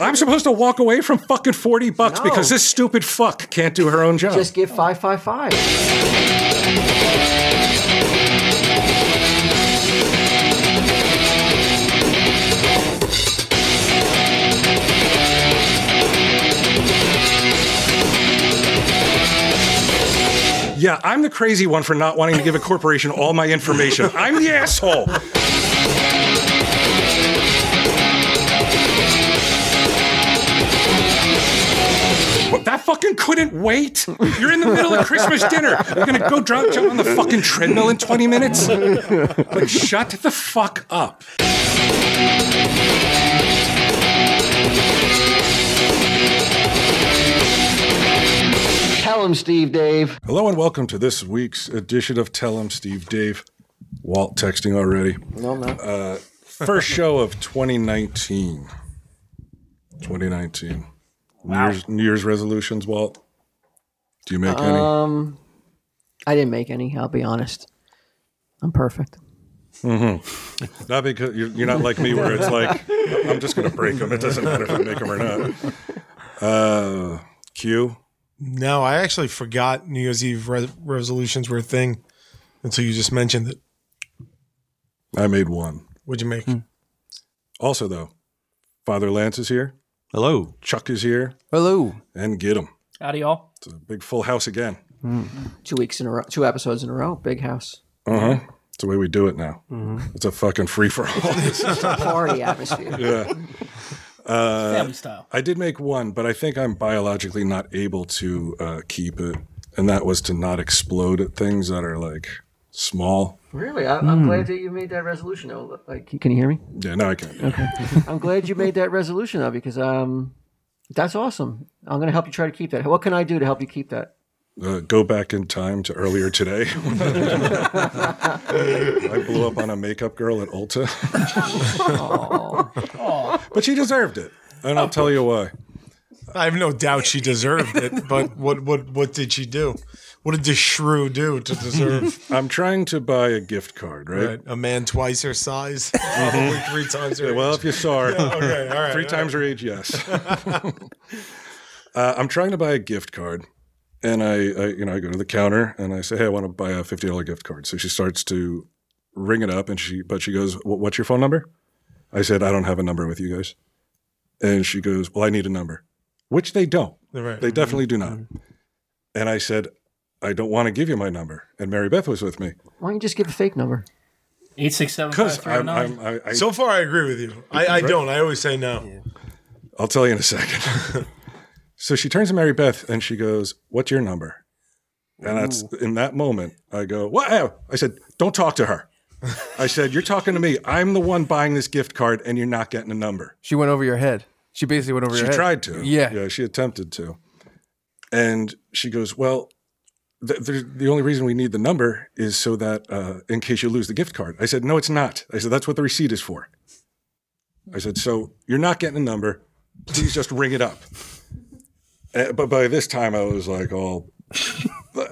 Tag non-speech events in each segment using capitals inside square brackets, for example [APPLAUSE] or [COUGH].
I'm supposed to walk away from fucking 40 bucks No. because this stupid fuck can't do her own job. Just give five five five. yeah, I'm the crazy one for not wanting to give a corporation all my [LAUGHS] information. I'm the asshole. What, That fucking couldn't wait. You're in the middle of Christmas dinner. You're gonna go drunk, jump on the fucking treadmill in 20 minutes. Like, shut the fuck up. Tell him, Steve Dave. Hello and welcome to this week's edition of Tell 'em Steve Dave. Walt texting already. No, no. First show of 2019. 2019. New, Year's, New Year's resolutions, Walt. Do you make Uh, any? Um, I didn't make any. I'll be honest. I'm perfect. Not because you're, you're not like me, where it's like I'm just going to break them. It doesn't matter if I make them or not. Uh, Q. No, I actually forgot New Year's Eve re- resolutions were a thing until you just mentioned it. I made one. What'd you make? Hmm. Also, though, Father Lance is here. Hello. Chuck is here, Hello. and get him. Howdy, y'all. It's a big full house again. Two weeks in a row. Two episodes in a row. Big house. Uh huh. It's the way we do it now. It's a fucking free for all. [LAUGHS] Party atmosphere. Uh, Family style. [LAUGHS] I did make one, but I think I'm biologically not able to uh, keep it, and that was to not explode at things that are like small. Really, I, I'm glad that you made that resolution. though. Like, Hmm. can you hear me? Yeah, no, I can't. I'm glad you made that resolution though, because um, that's awesome. I'm gonna help you try to keep that. What can I do to help you keep that? Uh, go back in time to earlier today. [LAUGHS] I blew up on a makeup girl at Ulta, but she deserved it, and I'll tell you why. I have no doubt she deserved it, but what what what did she do? What did this shrew do to deserve I'm trying to buy a gift card, right? right, a man twice her size, Mm-hmm. probably three times her? Well, age? if you saw her, okay, all right, three all times her age, yes. [LAUGHS] uh, I'm trying to buy a gift card, and I, I, you know, I go to the counter and I say, "Hey, I want to buy a fifty dollar gift card." So she starts to ring it up, and she, but she goes, "Wh- "What's your phone number?" I said, "I don't have a number with you guys," and she goes, "Well, I need a number," which they don't. All right. They definitely do not. And I said, "I don't want to give you my number." And Mary Beth was with me Why don't you just give a fake number? Eight six seven five because three oh, I'm, nine. I'm, I, I So far, I agree with you. I, I don't. I always say no. I'll tell you in a second. [LAUGHS] so she turns to Mary Beth and she goes, What's your number? And that's in that moment, I go, What? Oh," I said, Don't talk to her. I said, You're talking to me. I'm the one buying this gift card and you're not getting a number. She went over your head. She basically went over She your head. tried to. Yeah. Yeah, she attempted to. And she goes, Well, th- there's- the only reason we need the number is so that uh, in case you lose the gift card. I said, No, it's not. I said, That's what the receipt is for. I said, So you're not getting a number. Please just ring it up. Uh, but by this time, I was like, all.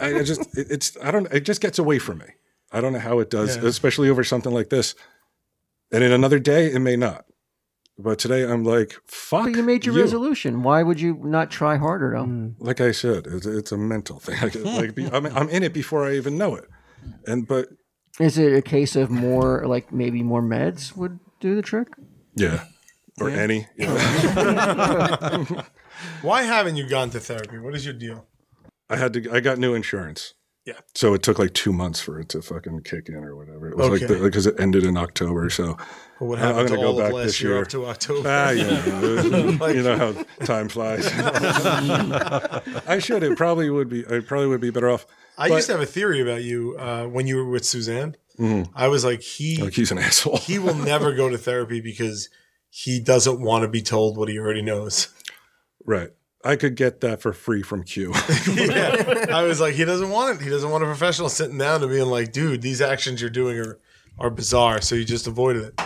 I I just, it, it's, I don't, it just gets away from me. I don't know how it does, especially over something like this. And in another day, it may not. But today, I'm like, fuck. But you Hmm. made your resolution. Why would you not try harder though? like I said, it's, it's a mental thing. [LAUGHS] Like, like be, I'm, I'm in it before I even know it. And but Is it a case of more like maybe more meds would do the trick? yeah, or any. Yeah. Why haven't you gone to therapy? What is your deal? I had to. I got new insurance. Yeah. So it took like two months for it to fucking kick in or whatever. It was like Okay. the- because it ended in October. So Well, what I'm happened to gonna go all of back last this year year. up to [LAUGHS] October? ah [LAUGHS] yeah, you know how time flies. I should. It probably would be. I probably would be better off. I used to have a theory about you uh, when you were with Suzanne. Mm-hmm. I was like, he Like he's an [LAUGHS] asshole. he will never go to therapy because he doesn't want to be told what he already knows. right. I could get that for free from Q. [LAUGHS] yeah. I was like, he doesn't want it. He doesn't want a professional sitting down and being like, dude, these actions you're doing are, are bizarre. So you just avoided it.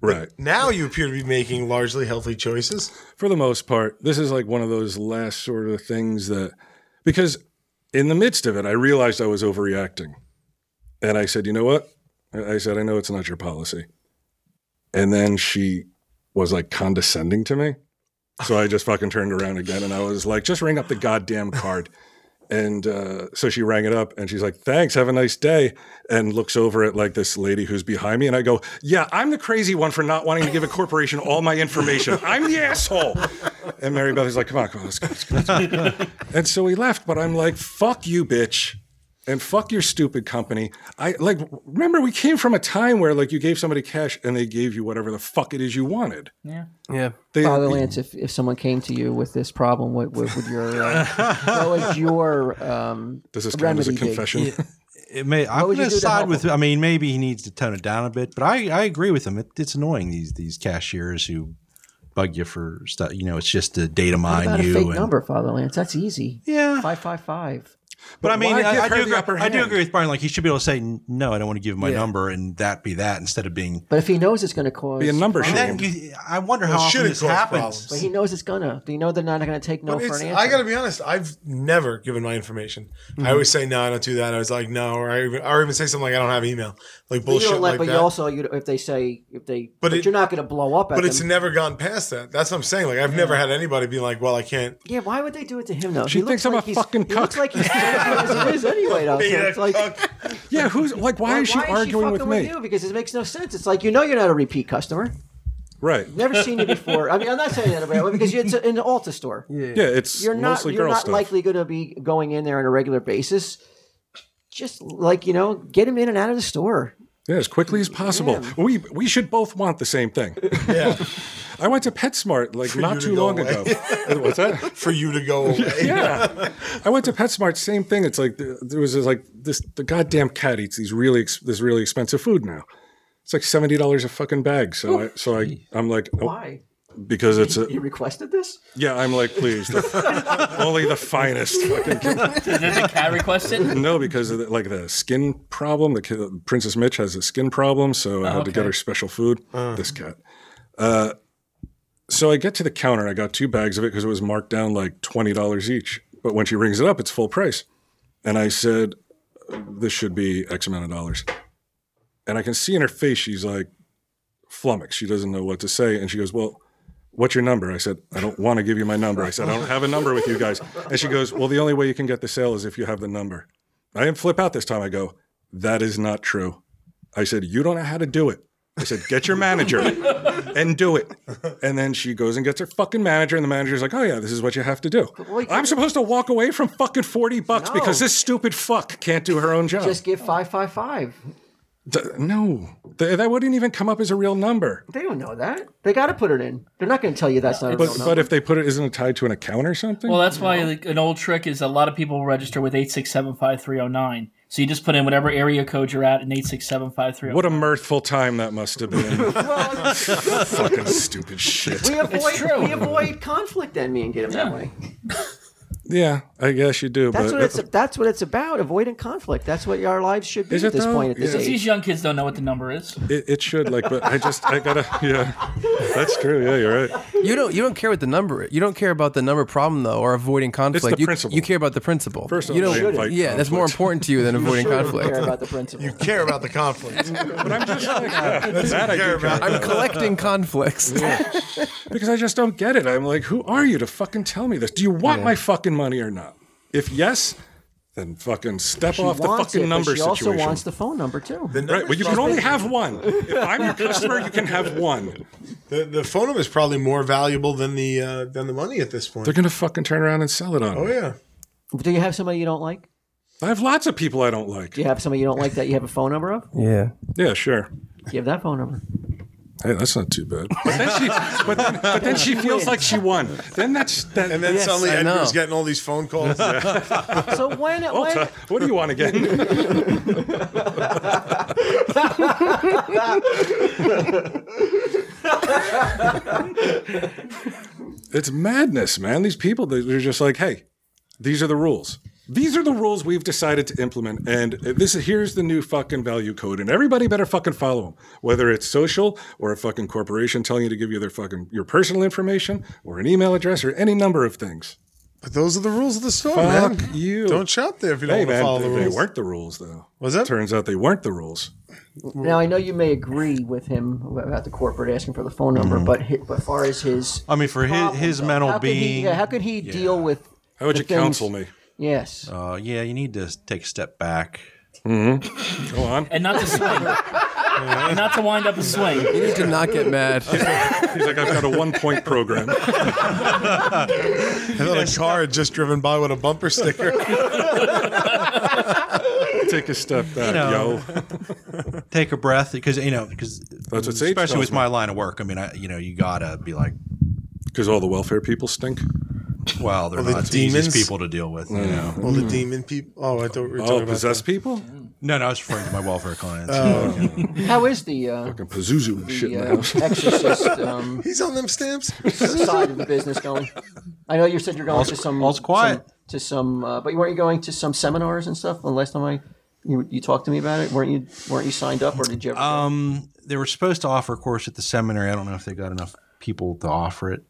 right. Now you appear to be making largely healthy choices. for the most part, this is like one of those last sort of things that, because in the midst of it, I realized I was overreacting. And I said, you know what? I I said, I know it's not your policy. And then she was like condescending to me. So I just fucking turned around again and I was like, just ring up the goddamn card. And uh, so she rang it up and she's like, thanks, have a nice day. And looks over at like this lady who's behind me. And I go, yeah, I'm the crazy one for not wanting to give a corporation all my information. I'm the asshole. And Mary Beth is like, come on, come on, let's go, let's go. let's go." and so we left, but I'm like, fuck you, bitch. And fuck your stupid company. I like, remember, we came from a time where like you gave somebody cash and they gave you whatever the fuck it is you wanted. Yeah. Yeah. They, Father Lance, if, if someone came to you with this problem, what, what would your uh, what was your um, this is kind of remedy? as a be? confession. It may, I'm would you going to do to side help with. I mean, maybe he needs to tone it down a bit, but I, I agree with him. It, it's annoying these these cashiers who bug you for stuff. You know, it's just to data What about mine a you. fake and- number, Father Lance? That's easy. Yeah, Five five five. but I mean, why give I, her I do the agree, upper I do hand? agree with Brian. Like he should be able to say no. I don't want to give my Yeah. number, and that be that instead of being. But if he knows it's going to cause Be [LAUGHS] a number And shame. then you, I wonder how Well, often shouldn't this cause happens. problems. But he knows it's gonna. Do you know they're not going to take no But for it's, an answer? Mm-hmm. I got to be honest. I've never given my information. I always say no. I don't do that. I was like no, or I even, or even say something like I don't have email, like You bullshit don't let- like but that. you also, you, if they say if they, but, it- you're not going to blow up at but them. it's never gone past that. That's what I'm saying. Like I've never had anybody be like, well, I can't. yeah, why would they do it to him though? She He looks thinks I'm a like he's- fucking He looks cuck. like he's as it is anyway. [LAUGHS] Though, so Being a it's like. cuck. Yeah, who's like, why, is she arguing fucking with me? you? Because it makes no sense. It's like you know you're not a repeat customer. Right. Never seen you before. I mean, I'm not saying that about it because it's in the Alta store. Yeah, it's You're not. mostly you're girl not stuff. likely going to be going in there on a regular basis. Just like you know, get him in and out of the store. yeah, as quickly as possible. We we should both want the [LAUGHS] same thing. Yeah, I went to PetSmart like you not to too go long away. ago. [LAUGHS] What's that? for you to go away. Yeah, I went to PetSmart. Same thing. It's like th- there was this, like this. The goddamn cat eats these really ex- this really expensive food now. It's like seventy dollars a fucking bag. So I so I I'm like oh, Why? because it's a, You requested this? yeah I'm like [LAUGHS] please the, only the finest fucking Did the cat request [LAUGHS] it? No, because of the, like the skin problem. The kid, Princess Mitch has a skin problem, so I had to get okay. her special food. This cat. Uh, so I get to the counter. and I got two bags of it because it was marked down like twenty dollars each. But when she rings it up, it's full price. And I said, "This should be X amount of dollars." And I can see in her face she's like flummoxed. She doesn't know what to say, and she goes, "Well." What's your number? I said, I don't want to give you my number. I said, I don't have a number with you guys. And she goes, Well, the only way you can get the sale is if you have the number. I didn't flip out this time. I go, that is not true. I said, you don't know how to do it. I said, get your manager and do it. And then she goes and gets her fucking manager, and the manager's like, oh yeah, this is what you have to do. wait- I'm supposed to walk away from fucking 40 bucks No. because this stupid fuck can't do her own job. Just give five five five. D- no, Th- that wouldn't even come up as a real number. They don't know that. They got to put it in. They're not going to tell you that's not a But, real but number. if they put it, isn't it tied to an account or something? Well, that's why like, an old trick is a lot of people register with eight six seven five three zero nine. So you just put in whatever area code you're at and eight six seven five three oh, zero. what a mirthful time that must have [LAUGHS] been. [LAUGHS] fucking stupid shit. we avoid true. we avoid conflict then me and get him that way. Yeah, I guess you do. That's but what it's that's what it's about. Avoiding conflict. That's what our lives should be Is at it this though? point at this Yeah. age. These young kids don't know what the number is. It, it should like, but I just I gotta yeah. That's true. Yeah, you're right. You don't you don't care what the number is. You don't care about the number problem though or avoiding conflict. the you, principle. you care about the principle. First of you all, don't- I invite yeah, that's more conflict. important to [LAUGHS] you than avoiding care conflict. about the principle. Care about the conflict. But I'm just like yeah, that I do care Care about I'm collecting conflicts. because I just don't get it. I'm like, who are you to fucking tell me this? Do you want my fucking money or not? If yes, then fucking step off the wants fucking it, but number she also situation. wants the phone number too. Right, well, you can only have one. If I'm your customer, you can have one. The, the phone number is probably more valuable than the uh, than the money at this point. They're gonna fucking turn around and sell it on. Oh me. yeah, Do you have somebody you don't like? I have lots of people I don't like. Do you have somebody you don't like that you have a phone number of? yeah. Yeah, sure. You have that phone number. Hey, that's not too bad. But then she, but then, but then she feels like she won. Then that's that. and then Yes, suddenly I know. Edgar's getting all these phone [LAUGHS] calls. So when when Ulta, what do you want again? it's madness, man. These people, they- they're just like, hey, these are the rules. These are the rules we've decided to implement, and this is here's the new fucking value code, and everybody better fucking follow them. Whether it's social or a fucking corporation telling you to give you their fucking your personal information or an email address or any number of things. but those are the rules of the store, Fuck man. you. Don't shop there if you don't Hey want to man, follow they, the they rules. weren't the rules though. Was it? Turns out they weren't the rules. Now I know you may agree with him about the corporate asking for the phone number, Mm-hmm. but hi but as far as his I mean, for his, problem, his though, mental how could he- being, yeah, how could he deal with? How would the you things- counsel me? Oh. Yes, uh, yeah, you need to take a step back. Go on. [LAUGHS] and not to swing, and not to wind up a swing. You need to not [LAUGHS] get mad. He's like, I've got a one point program. I thought a car had just driven by with a bumper [LAUGHS] sticker. Take a [LAUGHS] step back, know. yo. Take a breath because you know because That's what Sage especially tells with me. my line of work. I mean, I you know you gotta be like, Because all the welfare people stink. well, they're the not the easiest demons? people to deal with. You know, All the demon people. Oh, I thought we were talking Oh, about possessed people? no, no, I was referring to my welfare clients. how is the uh, Fucking Pazuzu and shit in the the uh, house. [LAUGHS] exorcist um, He's on them stamps. side of the business going? I know you said you're going to some all's quiet. some- to some, uh, but you weren't you going to some seminars and stuff? The last time I you, you talked to me about it, weren't you weren't you signed up or did you ever? Um, they were supposed to offer a course at the seminary. I don't know if they got enough people to offer it.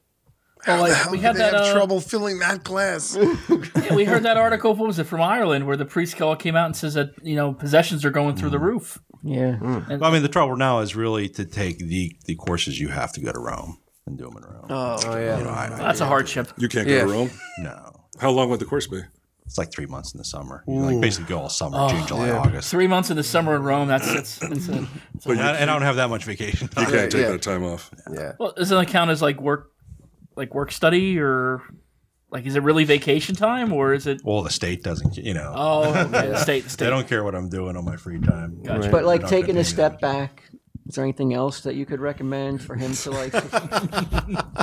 Well, like, we had they that. have uh, trouble filling [LAUGHS] that glass. yeah, we heard that article. What was it from Ireland, where the priest call came out and says that you know possessions are going through the Mm. roof. yeah, I mean, the trouble now is really to take the the courses you have to go to Rome and do them in Rome. Oh yeah. That's a hardship. You can't Yeah. go to Rome. no, How long would the course be? it's like three months in the summer. You like basically go all summer, June, July, August. Three months in the summer in Rome. That's that's. that's a, that's a, And I, and I don't have that much vacation. You Time. can't take yeah. that time off. Yeah. well, doesn't that count as like work, like work study or, like is it really vacation time or is it? Well, the state doesn't. You know, Oh, okay, [LAUGHS] the state, the they state. don't care what I'm doing on my free time. but They're like not gonna taking pay me a step that. back. Is there anything else that you could recommend for him to [LAUGHS] like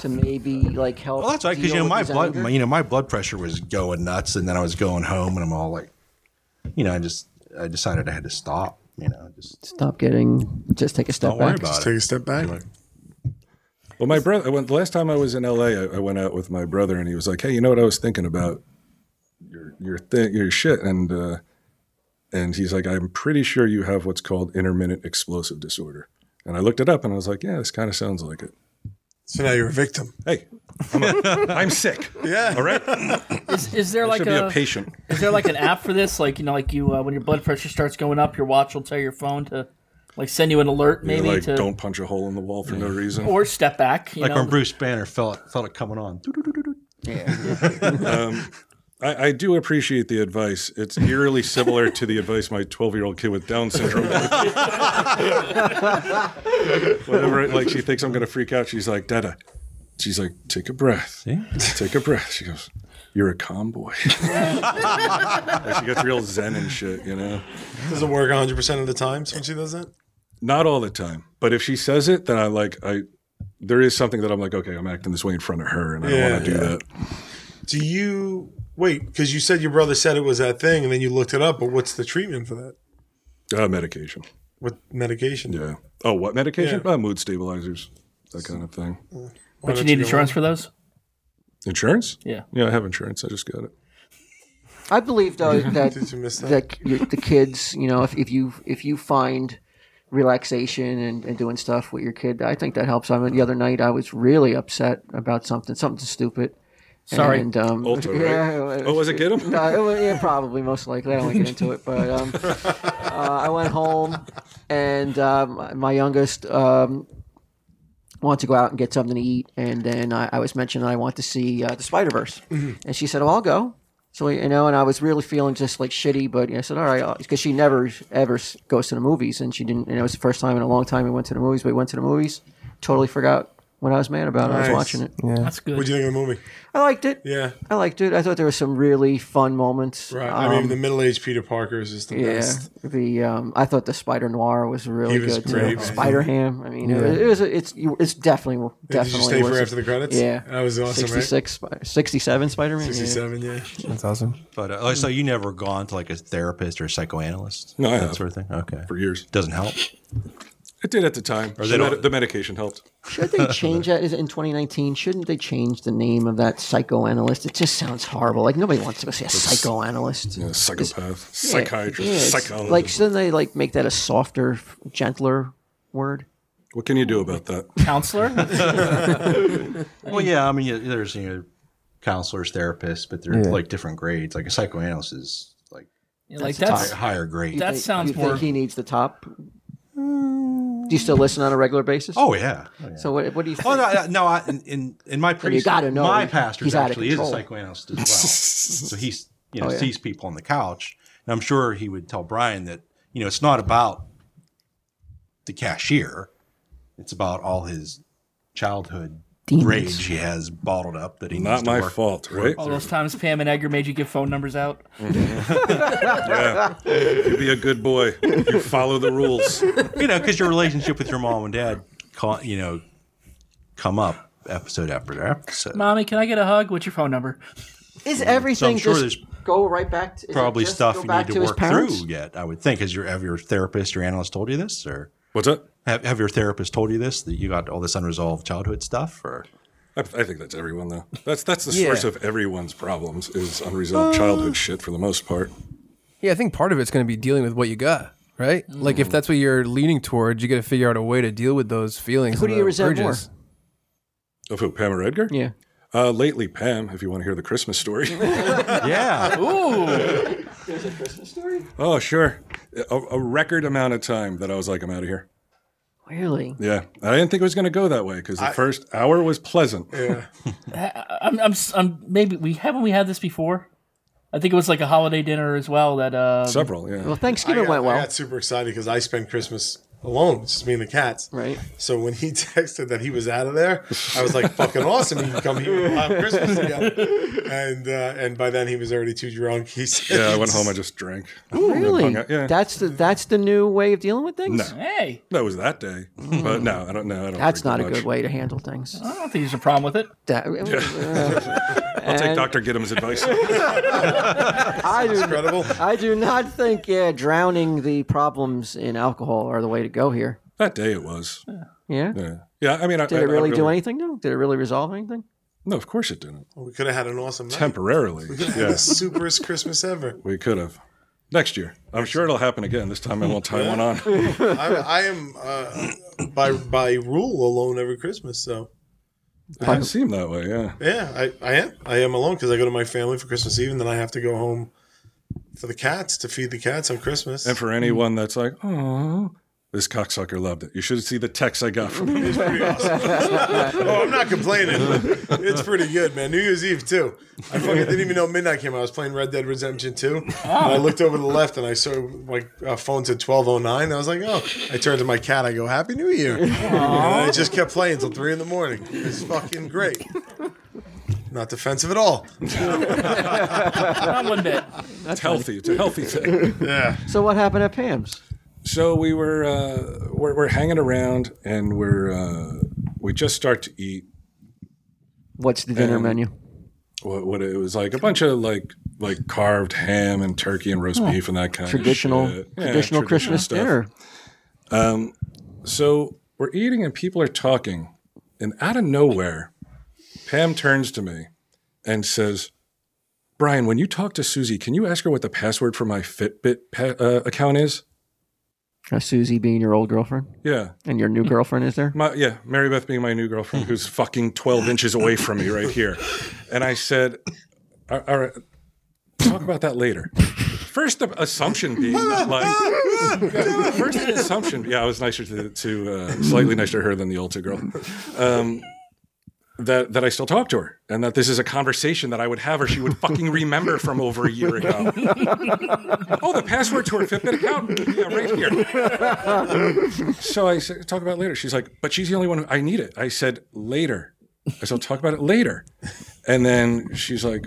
to maybe like help? Well, that's right because deal you know with my his blood, anger? my, you know my blood pressure was going nuts, and then I was going home, and I'm all like, you know, I just I decided I had to stop. You know, just Stop getting. Just take a step don't worry back. about Take it. a step back. Well, my brother, I went, the last time I was in LA, I, I went out with my brother and he was like, hey, you know what I was thinking about? Your, your thing, your shit. And, uh, and he's like, I'm pretty sure you have what's called intermittent explosive disorder. And I looked it up and I was like, yeah, this kind of sounds like it. So now you're a victim. Hey, I'm, a, I'm [LAUGHS] sick. Yeah. All right. Is, is there I like should be a, a patient. is there like an app for this? Like you know, like you uh, when your blood pressure starts going up, your watch will tell your phone to, like send you an alert You're maybe like, to don't punch a hole in the wall for no reason. or step back. You Like know, when Bruce Banner felt felt it coming on. Doo-doo-doo-doo-doo. I, I do appreciate the advice. It's eerily similar to the advice my 12 year old kid with Down syndrome. [LAUGHS] gave. Whenever like she thinks I'm going to freak out, she's like, Dada. She's like, take a breath. Take a breath. She goes, you're a calm boy. [LAUGHS] like she gets real zen and shit, you know? Does it work 100 percent of the times when she does that? Not all the time. But if she says it, then I like, I, there is something that I'm like, okay, I'm acting this way in front of her and I Yeah. don't want to do that. Do you wait? Because you said your brother said it was that thing, and then you looked it up. But what's the treatment for that? Uh, medication. With medication? Yeah. Oh, what medication? Yeah. Uh, mood stabilizers, that kind of thing. but you need insurance for those. Insurance? Yeah. Yeah, I have insurance. I just got it. I believe though [LAUGHS] that Did you miss that? that you- the kids, you know, if, if you if you find relaxation and, and doing stuff with your kid, I think that helps. I mean, the other night I was really upset about something, something stupid. Sorry. And, um, Ulta, right? [LAUGHS] yeah, Oh, was it Gidim? No, it was, yeah, probably most likely. I don't want to get into it, but [LAUGHS] um, uh, I went home and um, my youngest um, wanted to go out and get something to eat, and then I, I was mentioning I want to see uh, the Spider Verse, Mm-hmm. and she said, "Oh, I'll go." So you know, and I was really feeling just like shitty, but you know, I said, "All right," because she never ever s- goes to the movies, and she didn't. And it was the first time in a long time we went to the movies. We went to the movies, totally forgot what I was mad about. I was Nice. watching it. That's good. What do you think of the movie? I liked it. Yeah. I liked it. I thought there were some really fun moments. Right. I mean, the middle-aged Peter Parker is just the Um, Yeah, best. the um, I thought the Spider Noir was really He was good. great, too. man. Spider Ham. I mean, it, was- it was a, it's you- it's definitely Did definitely you stay for worth it. after the credits? Yeah, That was awesome, Sixty six, sixty seven Spider Man. right? 67, yeah. That's awesome. But uh, oh, so you never gone to like a therapist or a psychoanalyst? No, I that have. sort of thing. Okay, For years. doesn't help. It did at the time. they The, don't- med- the medication helped. Should [LAUGHS] they change that? Is it in twenty nineteen? Shouldn't they change the name of that psychoanalyst? It just sounds horrible. Like nobody wants to go see a psychoanalyst. Yeah, psychopath, Yeah, psychiatrist, yeah, it's- psychologist. Like shouldn't they like make that a softer, gentler word? what can you do about that? counselor? Well, yeah, I mean, you- there's you know, counselors, therapists, but they're Yeah. like different grades. Like a psychoanalyst is like Yeah, like That's hi- that's higher grade. that sounds you more Think he needs the top Do you still listen on a regular basis? Oh yeah. Oh, yeah. So what, what do you think? Oh, no, no! I, in- in in my priest, gotta know my he's- pastor he's out of actually is a control. psychoanalyst as [LAUGHS] well, so he's you know Oh, yeah. sees people on the couch, and I'm sure he would tell Brian that you know it's not about the cashier, it's about all his childhood Demons. rage he has bottled up that he needs [LAUGHS] Not to my work. fault, right? All those times Pam and Edgar made you give phone numbers out. Yeah. You be a good boy. You follow the [LAUGHS] rules. You know, because your relationship with your mom and dad, ca- you know, come up episode after episode. Mommy, can I get a hug? What's your phone number? Is everything Mm, sure just there's go right back to is it Probably just stuff go you back need to, his work parents? through yet. I would think. Has your have your therapist, your analyst, told you this, or? What's up? Have, have your therapist told you this that you got all this unresolved childhood stuff, or I, I think that's everyone though. That's that's the Yeah. source of everyone's problems is Uh. unresolved childhood shit for the most part. Yeah, I think part of it's going to be dealing with what you got, right? Like Mm. if that's what you're leaning towards, you got to figure out a way to deal with those feelings. Who and do you the resent more? urges. Of who? Pam or Edgar? Yeah. Uh, lately, Pam. If you want to hear the Christmas [LAUGHS] story. yeah, There's a Christmas story. oh sure. A, a record amount of time that I was like, I'm out of here. Really? Yeah, I didn't think it was going to go that way because the first hour was pleasant. I'm, I'm, I'm, maybe we haven't we had this before. I think it was like a holiday dinner as well. That [LAUGHS] uh, Several. Yeah. Well, Thanksgiving I got, went well, I got super excited because I spent Christmas alone, just me and the cats. right? So when he [LAUGHS] texted that he was out of there, I was like, "Fucking awesome! You can come here and we'll have Christmas together." And uh, and by then he was already too drunk. He said, yeah, I went home. I just drank. really? hung out, yeah. That's the that's the new way of dealing with things. No. hey, That was that day, but no, I don't know. I don't That's drink that not a much. good way to handle things. [LAUGHS] I don't think there's a problem with it. [LAUGHS] That- I'll take And- Doctor Giddim's advice. I do, "Incredible." I do not think yeah, drowning the problems in alcohol are the way to go here. that day it was. Yeah. Yeah, yeah. I mean, I, Did I, it I really do anything though? Did it really resolve anything? No, of course it didn't. We could have had an awesome night. Temporarily, [LAUGHS] The yes, superest Christmas ever. we could have. Next year, I'm sure it'll happen again. This time I won't tie one on. I, I am uh, by by rule alone every Christmas. So [LAUGHS] It didn't seem that way. Yeah, yeah, I, I am I am alone because I go to my family for Christmas Eve, and then I have to go home for the cats to feed the cats on Christmas. and for anyone that's like, oh, this cocksucker loved it. You should see the text I got from him. It's pretty awesome. oh, I'm not complaining. It's pretty good, man. New Year's Eve too. I fucking didn't even know midnight came out. I was playing Red Dead Redemption 2. And I looked over to the left and I saw my uh, phone said 1209. I was like, oh. I turned to my cat. I go, Happy New Year. And I just kept playing until three in the morning. It's fucking great. Not defensive at all. Not one bit. It's healthy. It's a healthy thing. So what happened at Pam's? so we were uh, we're, we're hanging around and we're uh, we just start to eat What's the dinner Um, menu? what, what it was like a bunch of like like carved ham and turkey and roast beef and that kind Oh, Traditional of shit. Yeah, traditional Christmas stuff. dinner. So we're eating and people are talking, and out of nowhere, Pam turns to me and says, "Brian, when you talk to Susie, can you ask her what the password for my Fitbit pa- uh, account is?" Uh, Susie being your old girlfriend Yeah, and your new girlfriend is there? My, yeah, Mary Beth being my new girlfriend, who's fucking 12 inches away from me right here. And I said, all all right, talk about that later. First the assumption being that, like, first the assumption, yeah, I was nicer to, to uh, slightly nicer to her than the Ulta girl. Um, that, that I still talk to her and that this is a conversation that I would have or she would fucking remember from over a year ago. oh, the password to her Fitbit account? Yeah, right here. So I said, talk about it later. She's like, but she's the only one who, I need it. I said, later. I said, talk about it later. And then she's like,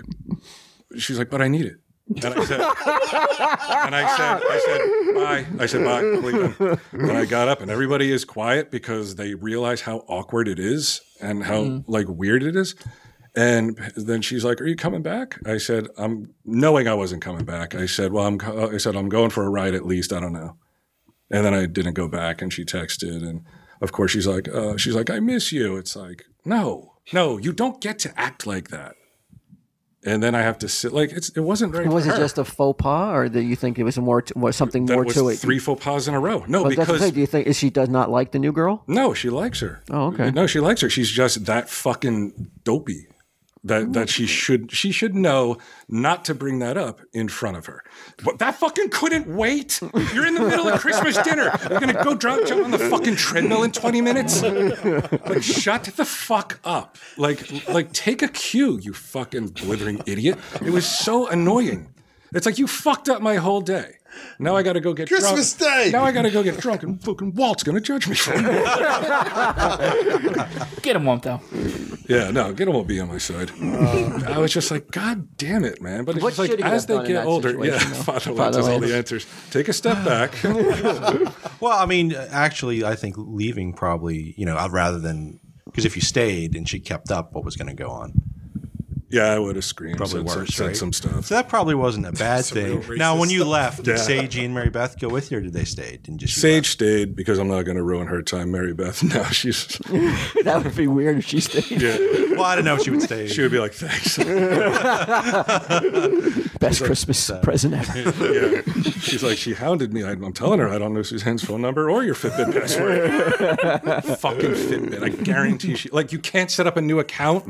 she's like, but I need it. And I said, and I said, I said, bye. I said, bye. I'm leaving. And I got up and everybody is quiet because they realize how awkward it is and how Mm-hmm. like weird it is. And then she's like, "Are you coming back?" I said, "I'm knowing I wasn't coming back." I said, "Well, I'm." co- I said, "I'm going for a ride at least. I don't know." And then I didn't go back, and she texted, and of course she's like, uh, she's like, I miss you. It's like, no, no, you don't get to act like that. And then I have to sit like it's. It wasn't very. Was it her. just a faux pas, or do you think it was more to, was something that more was to it? three faux pas in a row? No, But that's the because thing. Do you think is she does not like the new [LAUGHS] girl? no, she likes her. Oh, okay. No, she likes her. She's just that fucking dopey. that that she should she should know not to bring that up in front of her. But that fucking couldn't wait. You're in the middle [LAUGHS] of Christmas dinner. You're gonna go drop jump on the fucking treadmill in 20 minutes. Like shut the fuck up. Like like take a cue, you fucking blithering idiot. It was so annoying. It's like you fucked up my whole day. Now I gotta go get Christmas drunk. Day! Now I gotta go get drunk, and fucking Walt's gonna judge me for it. Get him, won't though. Yeah, no, Gitta won't be on [LAUGHS] my side. I was just like, God damn it, man! But it's What just like should he have as they done in get that older, yeah, situation, though? [LAUGHS] Father Father Lance has all Lance. the answers. Take a step back. [LAUGHS] Well, I mean, actually, I think leaving probably, you know, I'd rather than because if you stayed and she kept up, what was going to go on? yeah, I would have screamed. Probably said some- worse, said right? some stuff. So that probably [LAUGHS] wasn't a bad real thing. racist Now, when you left, Yeah. did Sagey and Mary Beth go with you, or did they stay? Didn't just you Sage stayed because I'm not going to ruin her time. Mary Beth, [LAUGHS] no, she's that would be weird if she stayed. yeah, left? Well, I don't know if she would stay. she would be like, thanks. [LAUGHS] Best Christmas present ever. Yeah. She's like, she hounded me. I- I'm telling her I don't know Suzanne's phone number or your Fitbit password. [LAUGHS] Fucking Fitbit. I guarantee she, like, you can't set up a new account.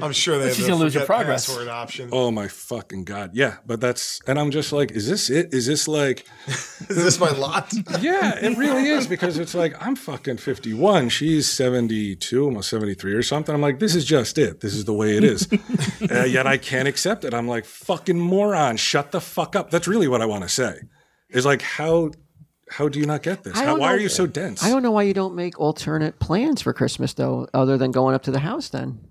I'm sure they have She's the gonna lose her forget progress. password option. Oh my fucking God. Yeah. But that's, and I'm just like, is this it? Is this like, Is this my [LAUGHS] lot? yeah, it really [LAUGHS] is because it's like, I'm fucking 51. She's 72, almost 73 or something. I'm like, this is just it. This is the way it [LAUGHS] is. uh, yet I can't accept it. I'm like, fucking moron. Shut the fuck up. That's really what I want to say. Is like, how. How do you not get [LAUGHS] this? I How, don't why know- are you so dense? I don't know why you don't make alternate plans for Christmas though, other than going up to the house. Then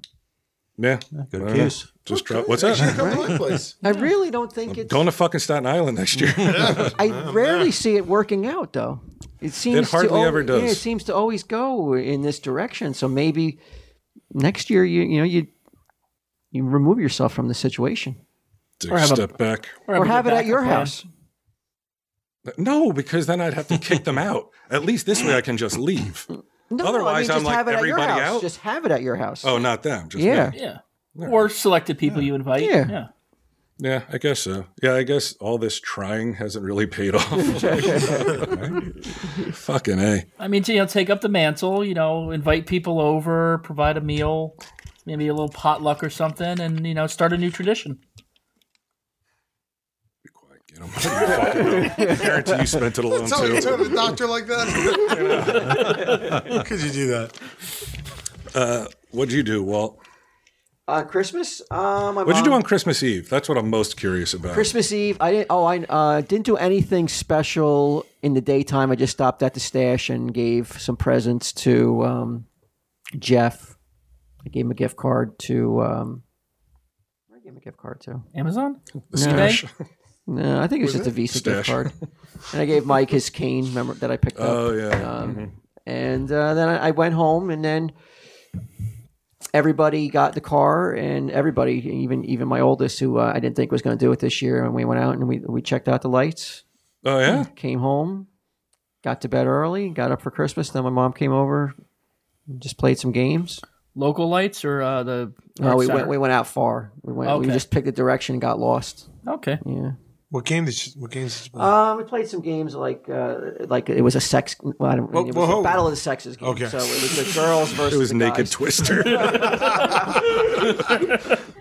Yeah. go to I don't know. Q's. Just drop. What's that? [LAUGHS] Come to my place. I really don't think it's. Going to fucking Staten Island next year. I rarely see it working out though. It seems to hardly al- ever does. Yeah, it seems to always go in this direction. So maybe next year, you you know you you remove yourself from the situation Take Or a have a- step back. or a have it good at your backup plan. house. No, because then I'd have to kick them out. At least this way I can just leave. No, Otherwise, I mean, just I'm like, have it at your everybody house. out? Just have it at your house. [LAUGHS] Oh, not them. Just yeah. me. Yeah. Or selected people you invite. Yeah. Yeah. Yeah, I guess so. Yeah, I guess all this trying hasn't really paid off. Uh, Fucking A. I mean, you know, take up the mantle, you know, invite people over, provide a meal, maybe a little potluck or something, and, you know, start a new tradition. Be quiet. Get 'em. [LAUGHS] You fucking know. Guarantee you spent it alone That's how you too. turn a doctor like that. [LAUGHS] Could you do that? What'd you do, Walt? On Christmas, uh, my What'd you mom- do on Christmas Eve? That's what I'm most curious about. Christmas Eve, I didn't. Oh, I uh, didn't do anything special in the daytime. I just stopped at the stash and gave some presents to um, Jeff. I gave him a gift card to. Um, where I gave him a gift card to. Amazon? Stash. No, I think it was, just a Visa gift Stash. card. and I gave Mike his cane, remember that I picked up. [LAUGHS] Oh yeah. And uh, then I, I went home, and then everybody got the car, and everybody, even even my oldest, who uh, I didn't think was going to do it this year, and we went out and we we checked out the lights. Oh yeah. came home, got to bed early, got up for Christmas. Then my mom came over, just played some games. Local lights or uh, the. No, we center? went we went out far. We went we Okay. just picked a direction and got lost. Okay. Yeah. What game did you, what games did you play? Um, we played some games like uh, like it was a sex well, I don't, it was whoa. a battle of the sexes game. Okay. So it was the girls versus It was the Naked guys. Twister. [LAUGHS]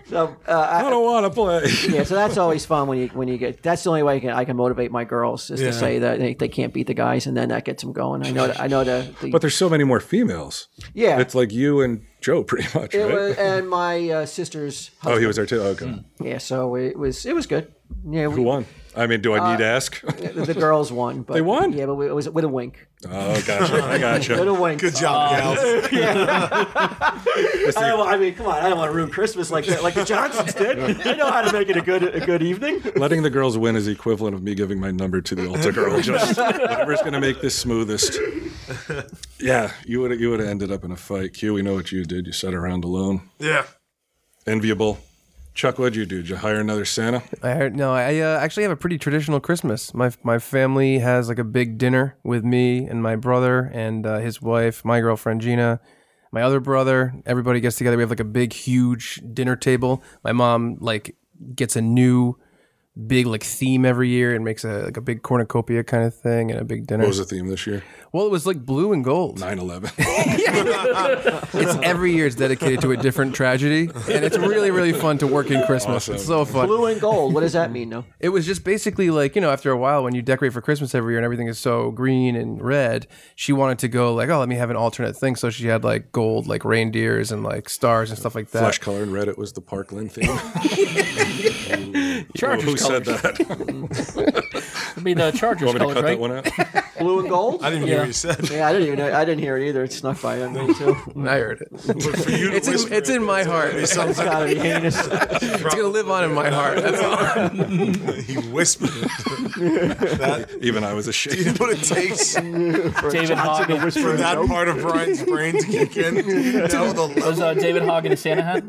So, uh, I don't want to play. [LAUGHS] yeah, so that's always fun when you when you get. That's the only way I can, I can motivate my girls is Yeah. to say that they, they can't beat the guys, and then that gets them going. I know that, I know the, the But there's so many more females. yeah. It's like you and Joe, pretty much, it right? was, Hmm. and my uh, sister's oh, he was there too. Okay, Yeah, so it was it was good. Yeah, who we, won? I mean, do I Uh, need to ask? the, the girls won. But, they won? Yeah, but we, it was with a wink. oh, gotcha. I [LAUGHS] With a gotcha. wink. Good job, gals. I, don't, want- I mean, come on, I don't want to ruin Christmas like that, like the Johnsons did. I know how to make it a good a good evening. Letting the girls win is the equivalent of me giving my number to the altar [LAUGHS] girl. Just whatever's going to make this smoothest. Yeah, you would you would have ended up in a fight. Q, we know what you did. You sat around alone, Yeah. enviable. Chuck, what'd you do? Did you hire another Santa? I heard, no, I uh, actually have a pretty traditional Christmas. My my family has like a big dinner with me and my brother and uh, his wife, my girlfriend Gina, my other brother. Everybody gets together. We have like a big, huge dinner table. My mom like gets a new big like theme every year and makes a like a big cornucopia kind of thing and a big dinner. What was the theme this year? Well, it was like blue and gold. 9 [LAUGHS] 11. It's every year it's dedicated to a different tragedy, and it's really really fun to work in Christmas. It's so fun. Blue and gold. What does that mean, though? It was just basically like, you know, after a while when you decorate for Christmas every year and everything is so green and red, she wanted to go like, oh, let me have an alternate thing. So she had like gold, like reindeers and like stars and stuff like that. Flesh color and red, it was the Parkland [LAUGHS] theme. Chargers Who said colors. that? You It'd be the [LAUGHS] Chargers want me to colors, cut right? that one out? Blue and gold. I didn't hear what you said. [LAUGHS] yeah, I didn't even. Know, I didn't hear it either. It snuck by on me [LAUGHS] too. I heard it. For you to [LAUGHS] It's in, whisper it's in my heart. it It's sounds It's [LAUGHS] gotta be [LAUGHS] heinous. gonna live on in my heart. That's all. like he whispered. that, Even I was you know ashamed. what it takes David Hagen. whisper for that part of Brian's brain to kick in? You know, the Was level. uh, David Hagen a Santa hat?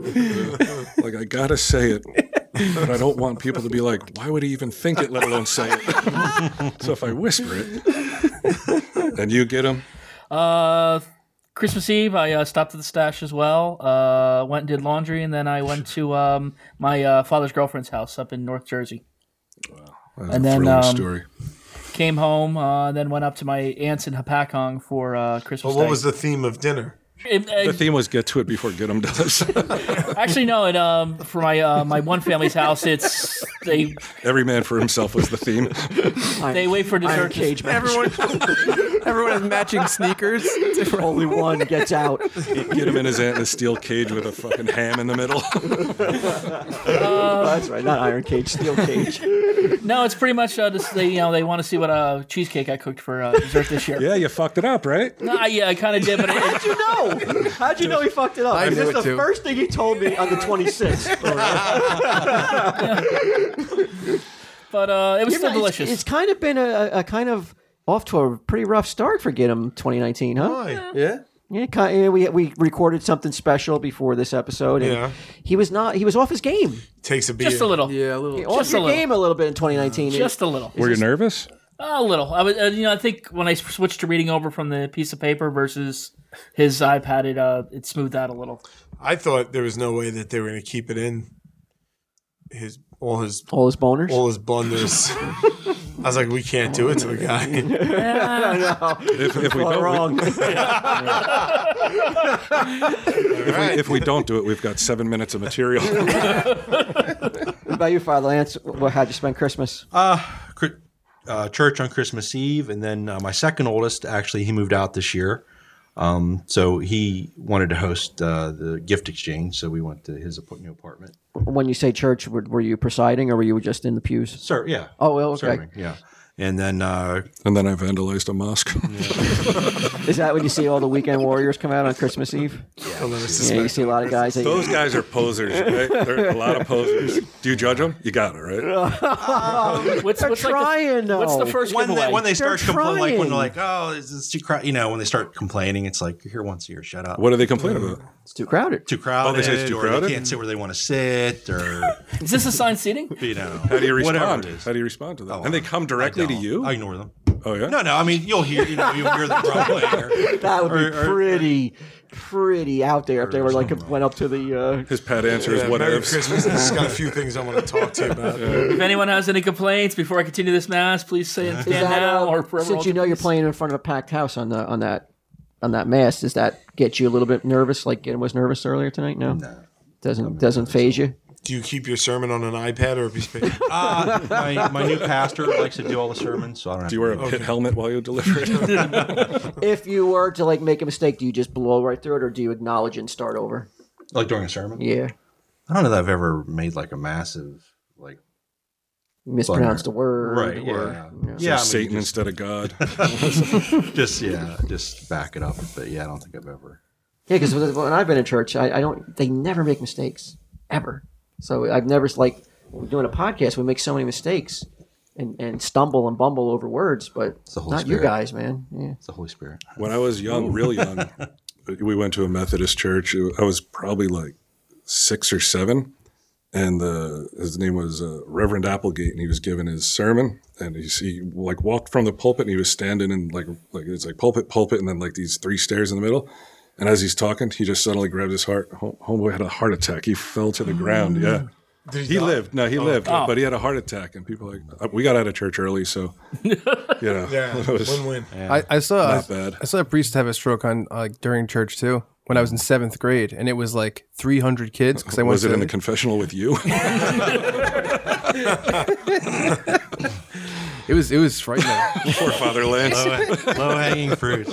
Like, I gotta say it. But I don't want people to be like, why would he even think it, let alone say it? [LAUGHS] so if I whisper it, and you get him, Uh, Christmas Eve, I uh, stopped at the stash as well. Uh, went and did laundry, and then I went to um, my uh, father's girlfriend's house up in North Jersey. that's And a then, thrilling um, story. Came home, uh, then went up to my aunt's in Hapakong for uh, Christmas. But what Day. was the theme of dinner? It- it- The theme was get to it before get him does. [LAUGHS] actually, no. And um, for my uh, my one family's house, it's they Every man for himself was the theme. [LAUGHS] they wait for Iron dessert. to- cage match. Everyone, everyone has matching sneakers. [LAUGHS] Only one gets [LAUGHS] out. Get him and his aunt in a steel cage with a fucking ham in the middle. [LAUGHS] Oh, that's right. Not iron cage. Steel [LAUGHS] cage. No, it's pretty much uh, just they you know they want to see what uh, cheesecake I cooked for uh, dessert this year. yeah, you fucked it up, right? No, I, yeah, I kind of did, but it, How'd you know? How'd you know he fucked it up? I this knew is it the too. first thing he told me on the [LAUGHS] 26th. but uh, it was still It's- delicious. It's, kind of been a, a a kind of off to a pretty rough start for Get 'Em 2019, huh? Why? Yeah. Yeah, ki- yeah, we we recorded something special before this episode. And Yeah. he was not. He was off his game. Takes a beat. just a little, Yeah, a little. Off Just your a little. game a little bit in 2019. just a little. Were you nervous? A little. I was, uh, you know, I think when I s- switched to reading over from the piece of paper versus his iPad, it uh, it smoothed out a little. I thought there was no way that they were going to keep it in his all his all his boners. all his blunders. I was like, we can't do it to the guy. If, if we [LAUGHS] All don't, [LAUGHS] wrong. if we, if we don't do it, we've got seven minutes of material. what about you, Father Lance? What, how'd you spend Christmas? [LAUGHS] Chri- uh, church on Christmas Eve, and then uh, my second oldest actually he moved out this year, um, so he wanted to host uh, the gift exchange, so we went to his ap- new apartment. when you say church, were, were you presiding or were you just in the pews? Sir, yeah, Oh, well, okay. Serving, yeah, and then uh, [LAUGHS] and then I vandalized a mosque. Is that when you see all the weekend warriors come out on Christmas Eve? I'll Yeah, never you suspect. see a lot of guys. That, Those guys are posers, right? They're a lot of posers. Do you judge them? You got it, right? What's, They're what's trying, Like the, what's though. the first when giveaway? they, when they start complaining, like when trying. they're like, oh, is this too crowded? You know, when they start complaining, it's like you're here once a year, shut up. What do they Uh, complain about? it's too crowded. Too crowded, Oh, they say it's too or crowded? they can't sit where they want to sit, or [LAUGHS] Is this assigned seating? you know, How do you Whatever respond? it is. How do you respond to that? Oh, and they come directly to No, you? I ignore them. oh yeah. No, no. I mean, you'll hear, you know, you'll hear them grumbling. [LAUGHS] or- That would be Or- or- pretty, pretty out there if they were like went up to the. Uh, His pat answer is Yeah, what Merry ifs. [LAUGHS] Christmas. I just got a few things I want to talk to you about. If anyone has any complaints before I continue this mass, please say it is stand that, now uh, or forever. since hold you know your you're peace. playing in front of a packed house on the on that on that mass, does that get you a little bit nervous? Like Ginn was nervous earlier tonight. No, doesn't doesn't phase you. Do you keep your sermon on an iPad or a piece of paper? Uh, my, my new pastor likes to do all the sermons, so I don't have Do you to wear a pit helmet while you deliver [LAUGHS] it? If you were to like make a mistake, do you just blow right through it, or do you acknowledge and start over? Oh, like during a sermon. Yeah, I don't know that I've ever made like a massive like mispronounced a word. or- yeah yeah, I mean, Satan instead of God. just yeah just back it up. But yeah, I don't think I've ever. Yeah, because when I've been in church, I, I don't. They never make mistakes ever. So I've never like when we're doing a podcast. We make so many mistakes and, and stumble and bumble over words, but the Holy not you Spirit. guys, man. Yeah. It's the Holy Spirit. When I was young, real young, we went to a Methodist church. I was probably like six or seven, and the his name was uh, Reverend Applegate, and he was giving his sermon, and he, he like walked from the pulpit, and he was standing in like like it's like pulpit, pulpit, and then like these three stairs in the middle. And as he's talking, he just suddenly grabbed his heart. Home- Homeboy had a heart attack. He fell to the ground. Yeah. Mm. Did He die? lived. No, he lived, Oh. but he had a heart attack, and people were like "Uh, we got out of church early, [LAUGHS] so you know, Yeah, [LAUGHS] it was win win. I, I saw not bad. I saw a priest have a stroke on uh, like during church too when I was in seventh grade, and it was like 300 kids because I went Was to it in the confessional with you? it was it was frightening. [LAUGHS] Poor Father Lance. Low [LAUGHS] hanging fruit.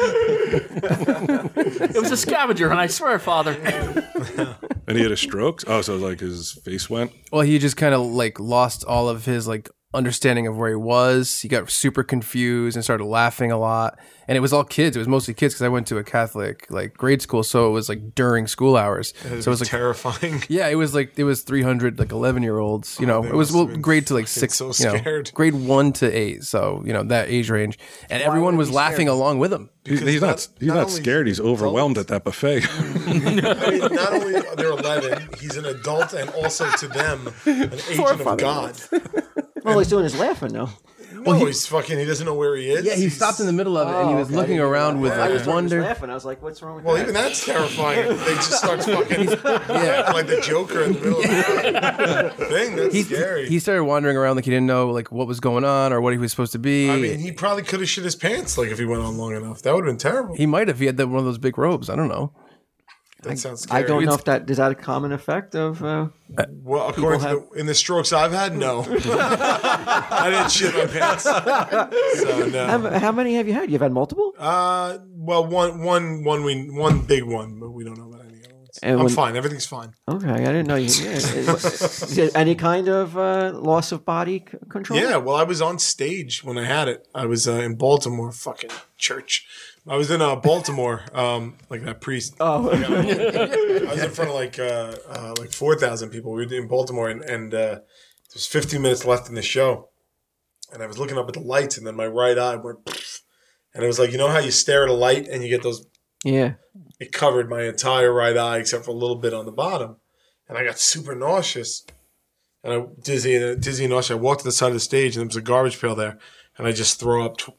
It was a scavenger, and I swear, [LAUGHS] Father. [LAUGHS] and he had a stroke. Oh, so like his face went. Well, he just kind of like lost all of his like understanding of where he was. He got super confused and started laughing a lot. And it was all kids. It was mostly kids because I went to a Catholic like grade school, so it was like during school hours. So it was like terrifying. [LAUGHS] yeah, it was like it was three hundred like eleven year olds. You know, Oh, they it was must have well, been grade to like fucking six. so you know, scared. grade one to eight. So you know that age range, and everyone was laughing along with him. He- he's not. not- He's not not, only- scared. He's overwhelmed at that buffet. I mean, not only they're 11, he's an adult and also to them an agent of God. All he's doing is laughing though. Well, he's fucking. He doesn't know where he is. Yeah, he He's- stopped in the middle of it, and he Oh, was okay. looking around with I was like [LAUGHS] wonder. laughing. I was like, "What's wrong with Well, that?" even that's terrifying. [LAUGHS] they just start fucking acting like the Joker in the middle of the thing. That's scary. He started wandering around like he didn't know like what was going on or what he was supposed to be. I mean, he probably could have shit his pants like if he went on long enough. That would have been terrible. he might have. He had that one of those big robes. I don't know. that sounds scary. I don't know if that is that a common effect of. Uh, Well, according to have- the, in the strokes I've had, no. [LAUGHS] I didn't shit my pants. So no. how, how many have you had? You've had multiple. Uh, well, one, one, one, we, one big one, but we don't know about any other ones. And I'm when- fine. Everything's fine. Okay, I didn't know you. Yeah. Is it any kind of uh, loss of body c- control? Yeah, well, I was on stage when I had it. I was uh, in Baltimore, fucking church. I was in uh, Baltimore, um, like that priest. Oh. [LAUGHS] I was in front of like uh, uh, like four thousand people. We were in Baltimore, and, and uh, there was fifteen minutes left in the show, and I was looking up at the lights, and then my right eye went, pff. and it was like you know how you stare at a light and you get those. Yeah. It covered my entire right eye except for a little bit on the bottom, and I got super nauseous, and I dizzy dizzy and nauseous. I walked to the side of the stage, and there was a garbage pail there, and I just throw up, tw-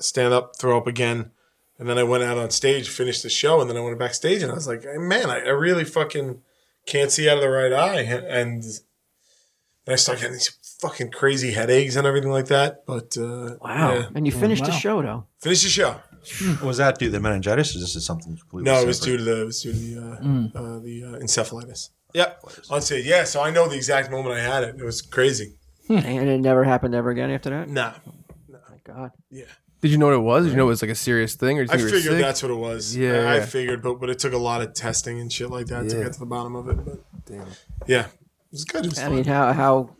stand up, throw up again. And then I went out on stage, finished the show, and then I went backstage, and I was like, "Hey, "Man, I, I really fucking can't see out of the right eye," and then I started getting these fucking crazy headaches and everything like that. But uh, Wow. yeah. And you finished the wow. show though. finished the show. [CLEARS THROAT] Was that due to the meningitis or just to something completely No, it was due separate? to the it was due to the uh, Mm. uh, the uh, encephalitis. Yeah, on stage. Yeah, so I know the exact moment I had it. It was crazy. And it never happened ever again after that. Nah, Thank God. Did you know what it was? Did you know it was like a serious thing, or did you I think you were figured sick? that's what it was. Yeah, I, I yeah. figured, but but it took a lot of testing and shit like that to Yeah. get to the bottom of it. But yeah, it was good. It was I fun. mean, [LAUGHS] how how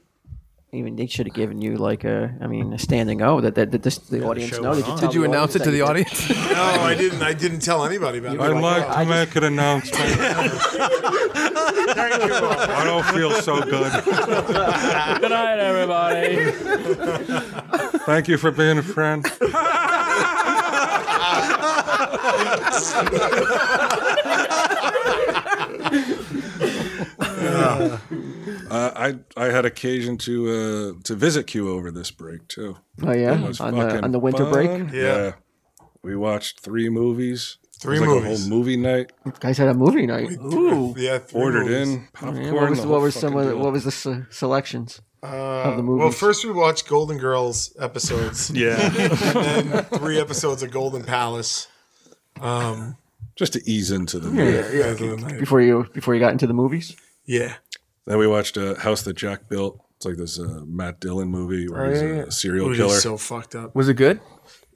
even they should have given you like a I mean a standing O that that, that this, the audience know. Did you, tell Did you the announce it that to the you did? audience? [LAUGHS] No, I didn't. I didn't tell anybody about [LAUGHS] I'd it. like to make an announcement. I don't feel [LAUGHS] so good. Good night, everybody. Thank you for being a [LAUGHS] friend. Uh, I I had occasion to uh, to visit Q over this break too. Oh yeah, was on fucking the on the winter break. fun. Yeah. We watched three movies. It Three was like movies. A whole movie night. Guys had a movie night. Ooh. Yeah, three Ordered movies. in popcorn. Yeah, what was the what whole were some fucking of the, deal. Uh, what was the se- selections of the movies? Well, first we watched Golden Girls episodes, [LAUGHS] Yeah. and then three episodes of Golden Palace. Um, Just to ease into the yeah, movie. yeah, the other night. before you before you got into the movies. yeah. Then we watched a House That Jack Built. It's like this uh, Matt Dillon movie Oh, where he's yeah, yeah. a serial It killer. is so fucked up. Was it good?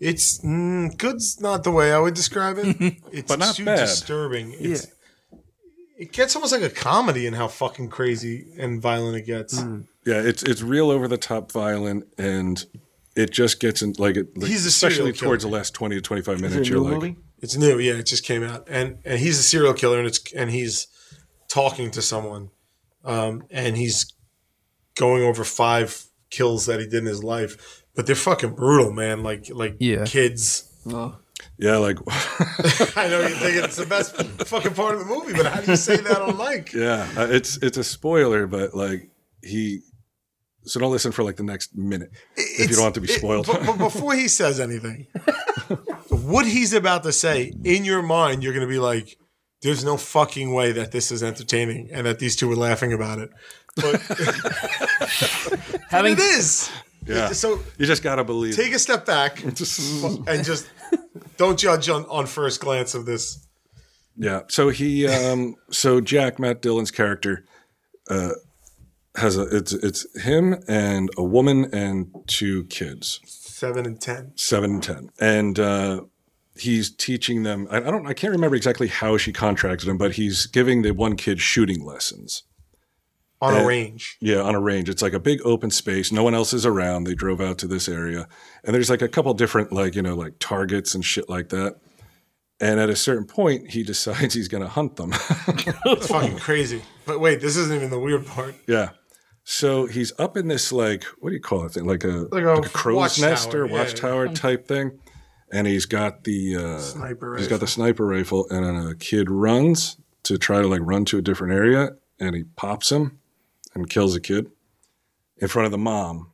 It's mm, good's not the way I would describe it. [LAUGHS] It's But not too bad. disturbing. It's, It gets almost like a comedy in how fucking crazy and violent it gets. yeah, it's it's real over the top violent and it just gets in like it like, He's a serial especially killer. towards the last 20 to 25 Is it minutes a you're new like movie? It's new, yeah. It just came out, and and he's a serial killer, and it's and he's talking to someone, um, and he's going over five kills that he did in his life, but they're fucking brutal, man. Like like Yeah. kids. [LAUGHS] Oh. yeah, like [LAUGHS] I know you think it's the best fucking part of the movie, but how do you say that on mic? yeah, uh, it's it's a spoiler but like he so don't listen for like the next minute if you It's- don't want to be it- spoiled. but, but before he [LAUGHS] says anything, what he's about to say in your mind, you're going to be like, there's no fucking way that this is entertaining and that these two were laughing about it. [LAUGHS] But Having it is. Yeah. So You just gotta believe. take a step [LAUGHS] back and just don't judge on, on first glance of this. Yeah. So he, um, so Jack, Matt Dillon's character, uh, has a it's it's him and a woman and two kids, Seven and ten. seven and ten, and uh, he's teaching them. I, I don't, I can't remember exactly how she contracted him, but he's giving the one kid shooting lessons. On a range. Yeah, on a range. It's like a big open space. No one else is around. They drove out to this area. And there's like a couple different, like, you know, like targets and shit like that. And at a certain point, he [LAUGHS] decides he's going to hunt them. [LAUGHS] It's fucking crazy. But wait, this isn't even the weird part. yeah. So he's up in this, like, what do you call it? Thing? Like, a, Like a like a crow's watchtower. nest or Yeah, watchtower type thing. And he's got the uh, Sniper He's got the sniper rifle, and then a kid runs to try to like run to a different area, and he pops him and kills the kid in front of the mom.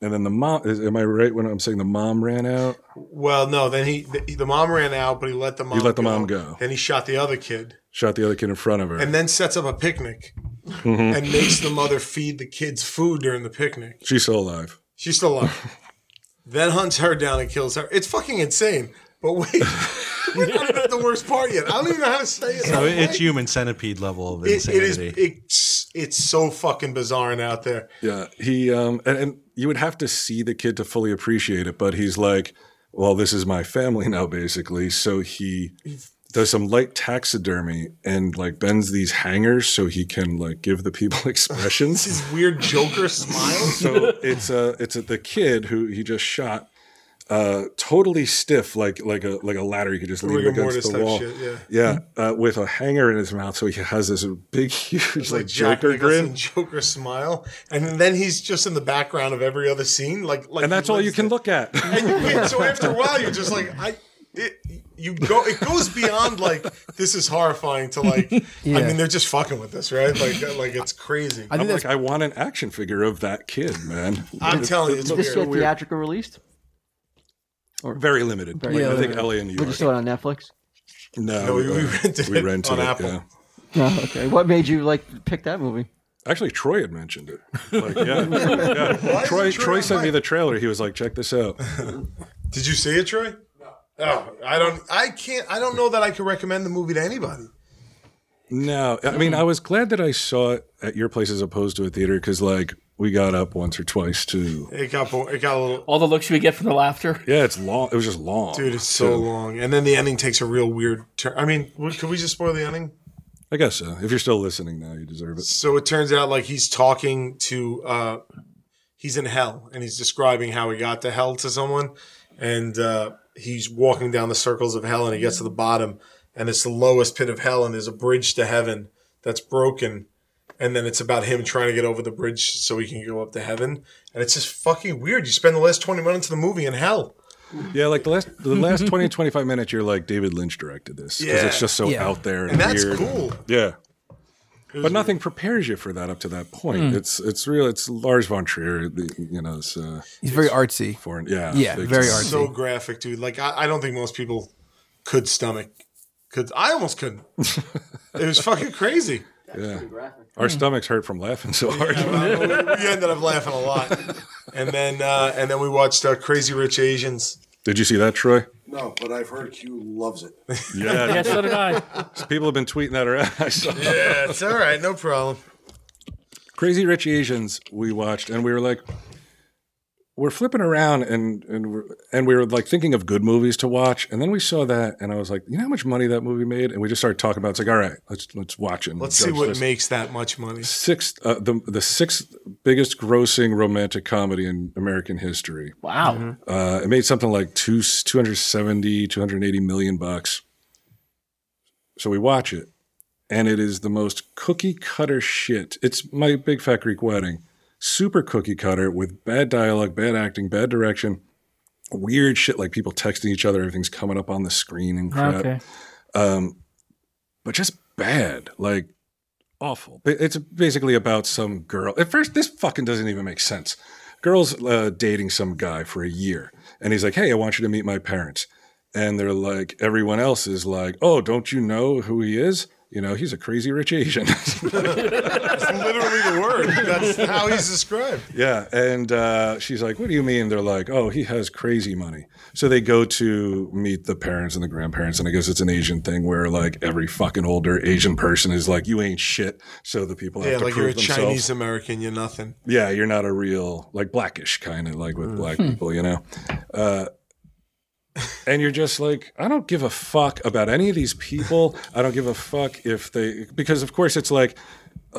And then the mom, is, am I right when I'm saying the mom ran out? Well, no. Then he the, the mom ran out, but he let the mom. let the mom go. Then he shot the other kid, Shot the other kid in front of her. and then sets up a picnic, Mm-hmm. and makes the mother feed the kids food during the picnic. She's still alive. She's still [LAUGHS] alive. then hunts her down and kills her. It's fucking insane. [LAUGHS] But wait, we're not even at the worst part yet. I don't even know how to say it. So it- it's human centipede level of it, it is. insanity. It's it's so fucking bizarre and out there. Yeah, he um, and, and you would have to see the kid to fully appreciate it, but he's like, "Well, this is my family [LAUGHS] now, basically." So he does some light taxidermy and like bends these hangers so he can like give the people [LAUGHS] [LAUGHS] expressions. [LAUGHS] These weird Joker smiles. so it's uh it's a, the kid who he just shot uh totally stiff like like a like a ladder you could just lean Rigor against mortis the type wall shit. Yeah. yeah uh, with a hanger in his mouth so he has this big [LAUGHS] huge like, like Jack joker Nicholson grin Joker smile, and then he's just in the background of every other scene. Like, like and that's he all you lives can it. look at [LAUGHS] And you can't- so after a while, you're just like, I. It, you go. It goes beyond like this is horrifying to like. I mean, they're just fucking with us, right? Like, uh, like it's crazy. I i'm think like that's i want an action figure of that kid [LAUGHS] man I'm telling you, it's Did this weird. get theatrical released? very limited Very Like, i limited. think la and new We york just saw it on Netflix. [LAUGHS] no, No, we, we uh, rented we it rented on it, Apple. yeah. Oh, okay. What made you like pick that movie? Actually, Troy had mentioned [LAUGHS] it. Like, yeah, yeah. Troy, it Troy Troy on sent me mine? the trailer. He was like, "Check this out." Did you see it, Troy? No. Oh, I don't. I can't. I don't know that I can recommend the movie to anybody. No, I mean, I was glad that I saw it at your place as opposed to a theater because, like, we got up once or twice to. It got. bo- It got a little. all the looks we get from the laughter. Yeah, it's long. It was just long, Dude, it's so long, and then the ending takes a real weird turn. I mean, what- could we just spoil the ending? I guess so. If you're still listening now, you deserve it. So it turns out like he's talking to uh he's in hell and he's describing how he got to hell to someone and uh he's walking down the circles of hell and he gets to the bottom and it's the lowest pit of hell and there's a bridge to heaven that's broken and then it's about him trying to get over the bridge so he can go up to heaven and it's just fucking weird. You spend the last 20 minutes of the movie in hell. Yeah, like the last the last 20, 25 minutes, you're like David Lynch directed this because Yeah. it's just so out there and, And that's weird. cool. Yeah, but nothing prepares you for that up to that point. Hmm. It's it's real. It's Lars von Trier. The, you know, it's uh, he's very artsy. foreign. Yeah, Yeah, they very just- artsy. so graphic, dude. Like I, I don't think most people could stomach. Could I [LAUGHS] almost couldn't? it was fucking crazy. Our Hmm. stomachs hurt from laughing so hard. we we ended up laughing a lot, and then uh, and then we watched uh, Crazy Rich Asians. Did you see that, Troy? No, but I've heard Q loves it. Yeah, [LAUGHS] Yeah, so did I. people have been tweeting that around. [LAUGHS] I saw it. Yeah, it's all right, no problem. Crazy Rich Asians we watched, and we were like, we're flipping around, and and we're, and we were like thinking of good movies to watch, and then we saw that, and I was like, you know how much money that movie made, and we just started talking about. It. It's like, all right, let's let's watch it. and Let's see judge what this. makes that much money. sixth uh, the the sixth biggest grossing romantic comedy in American history. Wow. Uh, it made something like two, 270, 280 million bucks. So we watch it, and it is the most cookie cutter shit. It's my big fat Greek wedding. Super cookie cutter with bad dialogue, bad acting, bad direction, weird shit like people texting each other, everything's coming up on the screen and crap. Okay. Um, but just bad, like awful. Ba- It's basically about some girl. At first, this fucking doesn't even make sense. Girl's uh, dating some guy for a year, and he's like, "Hey, I want you to meet my parents." and they're like everyone else is like, "Oh, don't you know who he is?" You know, he's a crazy rich Asian. [LAUGHS] Literally the word. That's how he's described. Yeah, and uh, she's like, "What do you mean?" They're like, "Oh, he has crazy money." So they go to meet the parents and the grandparents, and I guess it's an Asian thing where like every fucking older Asian person is like, "You ain't shit," so the people have Yeah, to like prove you're a themselves. Chinese American, you're nothing. Yeah, you're not a real like blackish kind of like with black people, you know. Uh, and you're just like, I don't give a fuck about any of these people. I don't give a fuck if they because of course it's like.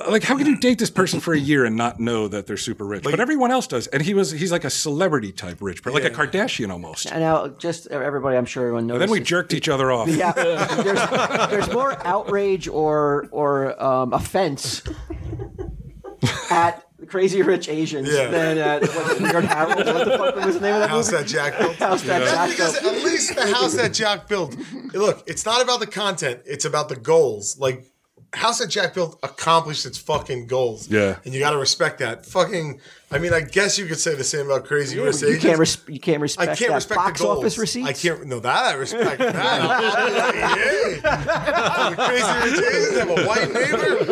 Like, how can you date this person for a year and not know that they're super rich? but everyone else does, and he was—he's like a celebrity type rich, but like a Kardashian almost. And now, just everybody, I'm sure everyone knows. then we jerked each other off. Yeah, there's, there's more outrage or or um, offense at crazy rich Asians Yeah. than at what, Weird Harold. What the fuck was the name of that How's movie? [LAUGHS] that Jack built? House that That's Jack because built. at least the house that Jack built. Look, it's not about the content; it's about the goals. Like house that Jack built accomplished its fucking goals. Yeah. and you got to respect that. Fucking, I mean, I guess you could say the same about Crazy Rich You can't, Asians. res- you can't I respect can't that respect box the goals. office receipts. I can't. No, that [LAUGHS] I respect. That. I'll be like, yeah. The Crazy Rich Asians have a white neighbor.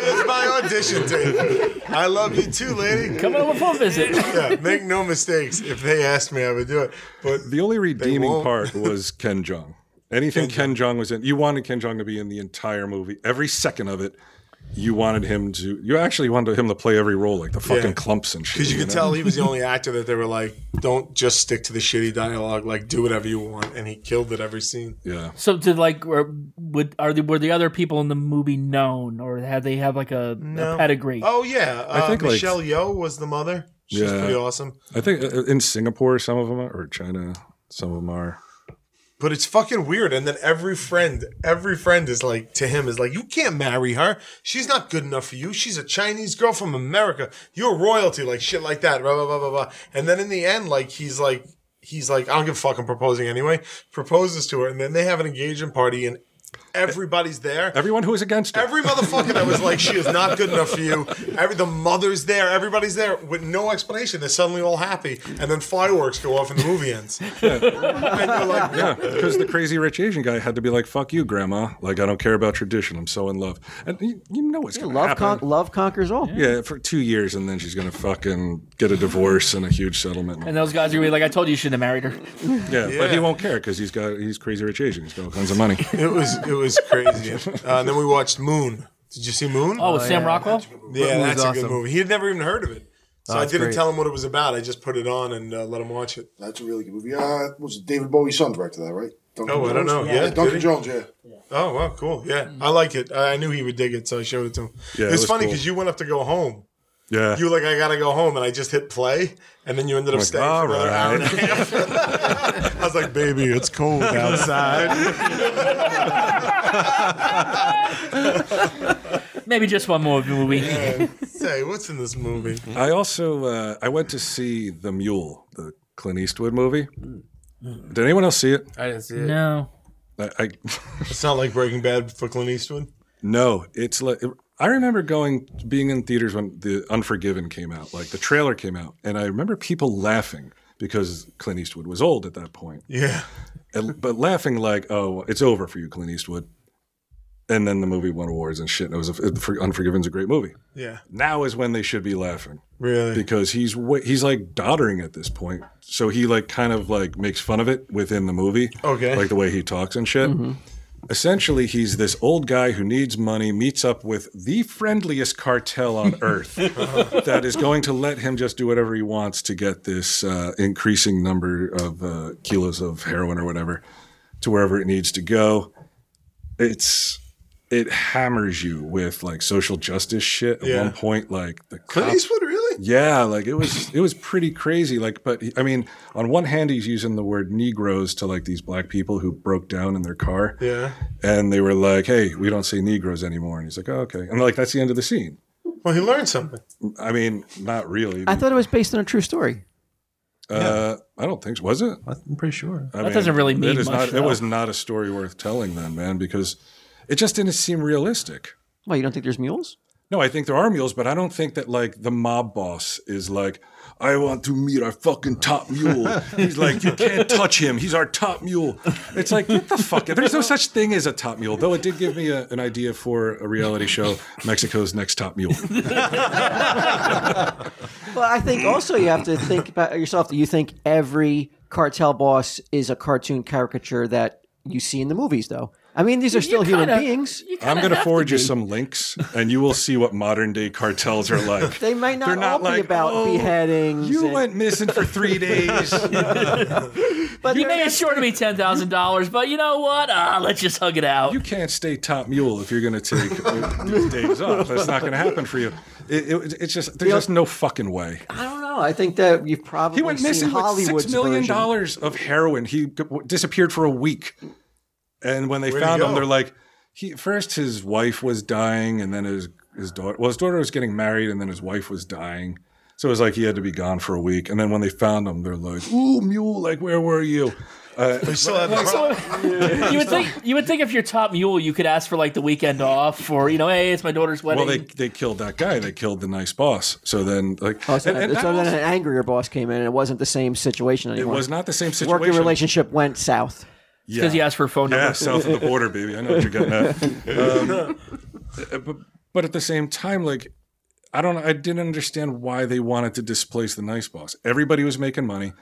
Here's my audition tape. I love you too, lady. Come over for a visit. Yeah, make no mistakes. If they asked me, I would do it. But The only redeeming won't. part [LAUGHS] was Ken Jong. Anything Ken Jong was in, you wanted Ken Jong to be in the entire movie, every second of it. You wanted him to. You actually wanted him to play every role, like the fucking Yeah. clumps and shit. Because you could know? tell he was the only actor that they were like, don't just stick to the shitty dialogue, like do whatever you want, and he killed it every scene. Yeah, So did like were, would are the were the other people in the movie known or had they have like a, a pedigree? Oh yeah, uh, think, like- Michelle Yeoh was the mother. She's Yeah. pretty awesome. I think uh, in Singapore some of them are, or China some of them are. But it's fucking weird. And then every friend, every friend is like to him is like, you can't marry her. She's not good enough for you. She's a Chinese girl from America. You're royalty, like shit like that. Blah blah blah blah blah. And then in the end, like he's like he's like, I don't give a fuck. I'm proposing anyway. Proposes to her, and then they have an engagement party, and everybody's there. Everyone who is against it. Every motherfucker that was like, she is not good enough for you. Every the mother's there, everybody's there with no explanation. They're suddenly all happy, and then fireworks go off and the movie [LAUGHS] ends. and you're like, yeah, because the crazy rich Asian guy had to be like, "Fuck you, grandma! Like I don't care about tradition. I'm so in love." And you, you know it's gonna Love, happen. con- love conquers all. yeah, for two years, and then she's gonna fucking get a divorce and a huge settlement. And those guys are gonna be like, I told you you shouldn't have married her. Oh, Yeah, but he Yeah. won't care because he's got he's crazy rich Asian. He's got all kinds of [LAUGHS] money. it was it was crazy. Uh, and then we watched Moon. Did you see Moon? Oh, Sam Rockwell? yeah, Moon's that's a awesome. Oh, good movie. He had never even heard of it, so I that's didn't great. tell him what it was about. I just put it on and uh, let him watch it. That's a really good movie. Uh, was it David Bowie's son directed that, right? Duncan Oh, I don't know. Jones? Yeah, did Duncan he? Jones. Yeah. Oh wow, cool. Yeah, I like it. I I knew he would dig it, so I showed it to him. Yeah, it it's was funny cool. because you went up to go home. Yeah. You were like, I gotta go home, and I just hit play, and then you ended up Like, staying for another hour and a "Alright." half. [LAUGHS] I was like, baby, it's cold outside. Maybe just one more movie. Say, what's in this movie? I also uh, I went to see The Mule, the Clint Eastwood movie. Mm. Did anyone else see it? I didn't see it. No. I, I [LAUGHS] It's not like Breaking Bad for Clint Eastwood. no. It's like I remember going being in theaters when The Unforgiven came out, like the trailer came out, and I remember people laughing because Clint Eastwood was old at that point. Yeah. and, but laughing like, "Oh, it's over for you, Clint Eastwood." And then the movie won awards and shit. And it was a, Unforgiven's a great movie. Yeah. Now is when they should be laughing. Really? because he's wa- he's like doddering at this point. So he like kind of like makes fun of it within the movie. Okay. like the way he talks and shit. Essentially, he's this old guy who needs money, meets up with the friendliest cartel [LAUGHS] on earth that is going to let him just do whatever he wants to get this uh, increasing number of uh, kilos of heroin or whatever to wherever it needs to go. It's it hammers you with like social justice shit at Yeah. one point. Like the Clint cops- Eastwood, really? yeah, like it was it was pretty crazy. Like, but he- I mean, on one hand, he's using the word Negroes to like these black people who broke down in their car, Yeah. and they were like, "Hey, we don't say Negroes anymore," and he's like, oh, "Okay," and like that's the end of the scene. Well, he learned something. I mean, not really. I thought it was based on a true story. uh, I don't think so. Was it? I'm pretty sure. I That doesn't really mean it is much, Not, it though. was not a story worth telling, then, man, because it just didn't seem realistic. Well, you don't think there's mules? No, I think there are mules, but I don't think that like the mob boss is like, I want to meet our fucking top mule. He's like, you can't touch him. He's our top mule. It's like, get the fuck out. There's no such thing as a top mule, though it did give me a, an idea for a reality show, Mexico's Next Top Mule. Well, I think also you have to think about yourself that you think every cartel boss is a cartoon caricature that you see in the movies, though. I mean, these are still human kinda- beings. You kinda I'm going to have forward you be. some links, and you will see what modern day cartels are [LAUGHS] like. They might not, They're not all like, be about "Oh, beheadings. You and- went missing for three days. but You they're may have shorted me ten thousand dollars, but you know what? Ah, let's just hug it out. You can't stay top mule if you're going to take uh, these days off. That's not going to happen for you. It, it, it's just there's just no fucking way. I don't know. I think that you've probably He went seen missing with Hollywood's six million version. dollars of heroin. He g- w- disappeared for a week, and when they Where'd he found him, go? they're like, he first his wife was dying, and then his his daughter. Well, his daughter was getting married, and then his wife was dying. So it was like he had to be gone for a week, and then when they found him, they're like, "Ooh, mule! Like, where were you?" Uh, We still have the problem. You would think you would think if you're top mule, you could ask for like the weekend off, or you know, hey, it's my daughter's wedding. well, they they killed that guy. They killed the nice boss. So then, like, Oh, so, and- and so that then was- an angrier boss came in, and it wasn't the same situation it anymore. was not the same situation. Working relationship went south. because he asked for a phone number. [LAUGHS] Yeah, south of the border, baby. I know what you're getting at. Um, but, but at the same time, like, I don't, I didn't understand why they wanted to displace the nice boss. Everybody was making money.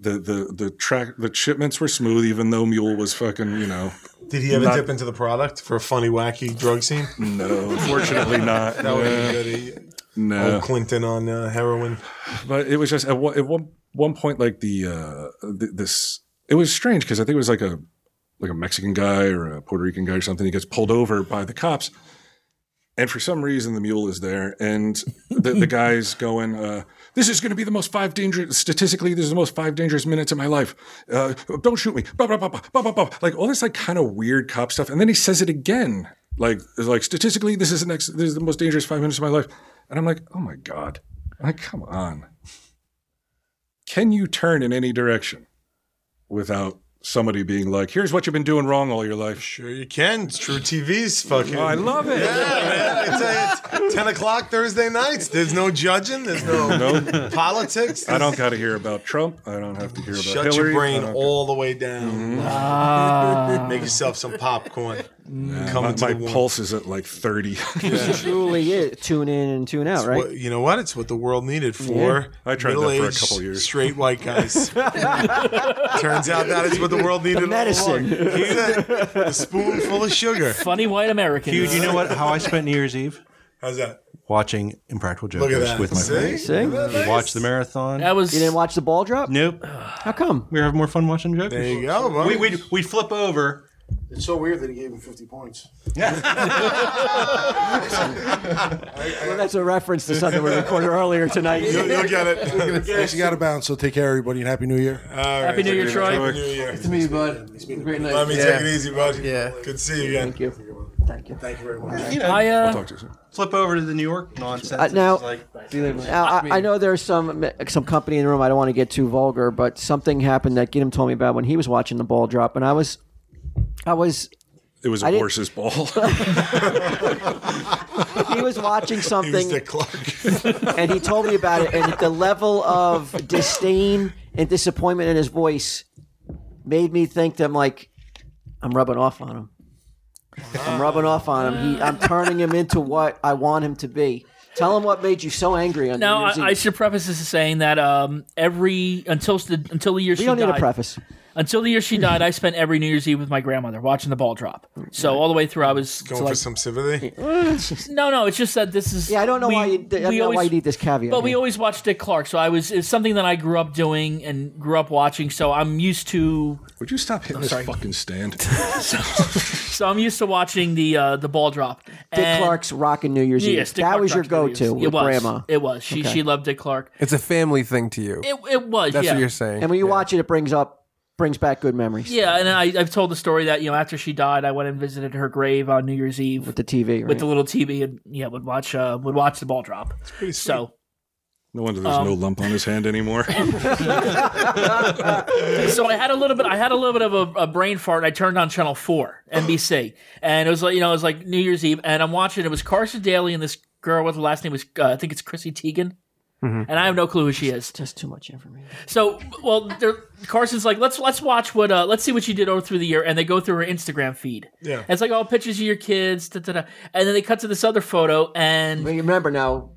The the the track the shipments were smooth, even though Mule was fucking, you know, Did he ever Not- dip into the product for a funny, wacky drug [LAUGHS] scene? no, unfortunately not. That would Yeah, have been good. no, Old Clinton on uh, heroin. but it was just at one, at one one point like the uh th- this it was strange because I think it was like a like a Mexican guy or a Puerto Rican guy or something. He gets pulled over by the cops, and for some reason the mule is there, and the, the guy's going. Uh, this is going to be the most five dangerous statistically. This is the most five dangerous minutes of my life. Uh, don't shoot me. Blah blah blah blah blah blah. blah. Like all this like kind of weird cop stuff, and then he says it again. Like like statistically, this is the next. This is the most dangerous five minutes of my life. And I'm like, oh my god. Like, come on. Can you turn in any direction without somebody being like, here's what you've been doing wrong all your life? Sure, you can. It's True TV's fucking. Oh, I love it. Yeah, man. It's, uh, it's 10 o'clock Thursday nights. There's no judging. There's no [LAUGHS] No, politics. I don't got to hear about Trump. I don't have to hear about Shut Hillary. your brain I don't- Mm-hmm. all the way down. Ah. Make yourself some popcorn. Come Mm. my into my the warmth. pulse is at like 30. Truly, it tune in and tune out, right? Well, you know what? It's what the world needed for I tried that for a middle-aged, couple years. Straight [LAUGHS] white guys. Turns out that is what the world needed. all medicine. along. He's a, a spoonful of sugar. Funny white Americans. Dude, you know what? How I spent New Year's Eve How's that? watching Impractical Look at Jokers that. with my See? friends. See? You We watched the marathon. that was didn't watch the ball drop? nope. How come? We were having more fun watching the There Jokers. you go. bro. We we we flip over. It's so weird that he gave him 50 points. Well, that's a reference to something we recorded earlier [LAUGHS] tonight. You'll, you'll get it. Yes, you got to bounce, so take care, everybody, and Happy New Year. Happy New Year, Troy. New Year. to me, bud. Great night. Let me Yeah. take it easy, bud. Yeah. Good to see you again. Thank you. Thank you. Thank you very much. You know, I uh, Talk to you soon. flip over to the New York nonsense. Uh, now- It's like, Now, Uh, I, I know there's some some company in the room. I don't want to get too vulgar, but something happened that Gidim told me about when he was watching the ball drop, and I was, I was, [LAUGHS] It was a didn't- horse's [LAUGHS] ball. he was watching [LAUGHS] He something, was Dick Clark. and he told me about it, and the level of disdain and disappointment in his voice made me think that I'm like, I'm rubbing off on him. I'm rubbing off on him. He, I'm turning him into what I want him to be. Tell him what made you so angry on now New Year's I, I Eve. should preface this as saying that um, every until the until the year you she don't need a died, preface. until the year she died, I spent every New Year's Eve with my grandmother watching the ball drop. So all the way through, I was Going like, for some sympathy. no, no. It's just that this is Yeah, I don't know we- why you. I don't we know why always- you need this caveat. But we here. always watched Dick Clark, so I was it's something that I grew up doing and grew up watching. So I'm used to Would you stop hitting this fucking stand? [LAUGHS] so I'm used to watching the uh, the ball drop. Dick And- Clark's rockin' New Year's Eve. Yes, Dick that Clark was your Rock go-to Studios. with It was. grandma. It was. She she loved Dick Clark. It's a family thing to you. It, it was. That's yeah. what you're saying. and when you watch it, it brings up brings back good memories. Yeah, and I, I've told the story that you know after she died, I went and visited her grave on New Year's Eve With the TV, right? with the little TV, and yeah, would watch uh, would watch the ball drop. So No wonder there's no lump on his hand anymore. so I had a little bit. I had a little bit of a, a brain fart. And I turned on Channel Four, NBC, and it was like you know it was like New Year's Eve, and I'm watching. It was Carson Daly and this girl with the last name was uh, I think it's Chrissy Teigen. and I have no clue who she is. Just too much information. So, well, they're- Carson's like, let's let's watch what uh, let's see what you did over through the year, and they go through her Instagram feed. Yeah. And it's like all pictures of your kids, da, da, da. and then they cut to this other photo, and Well, you remember now,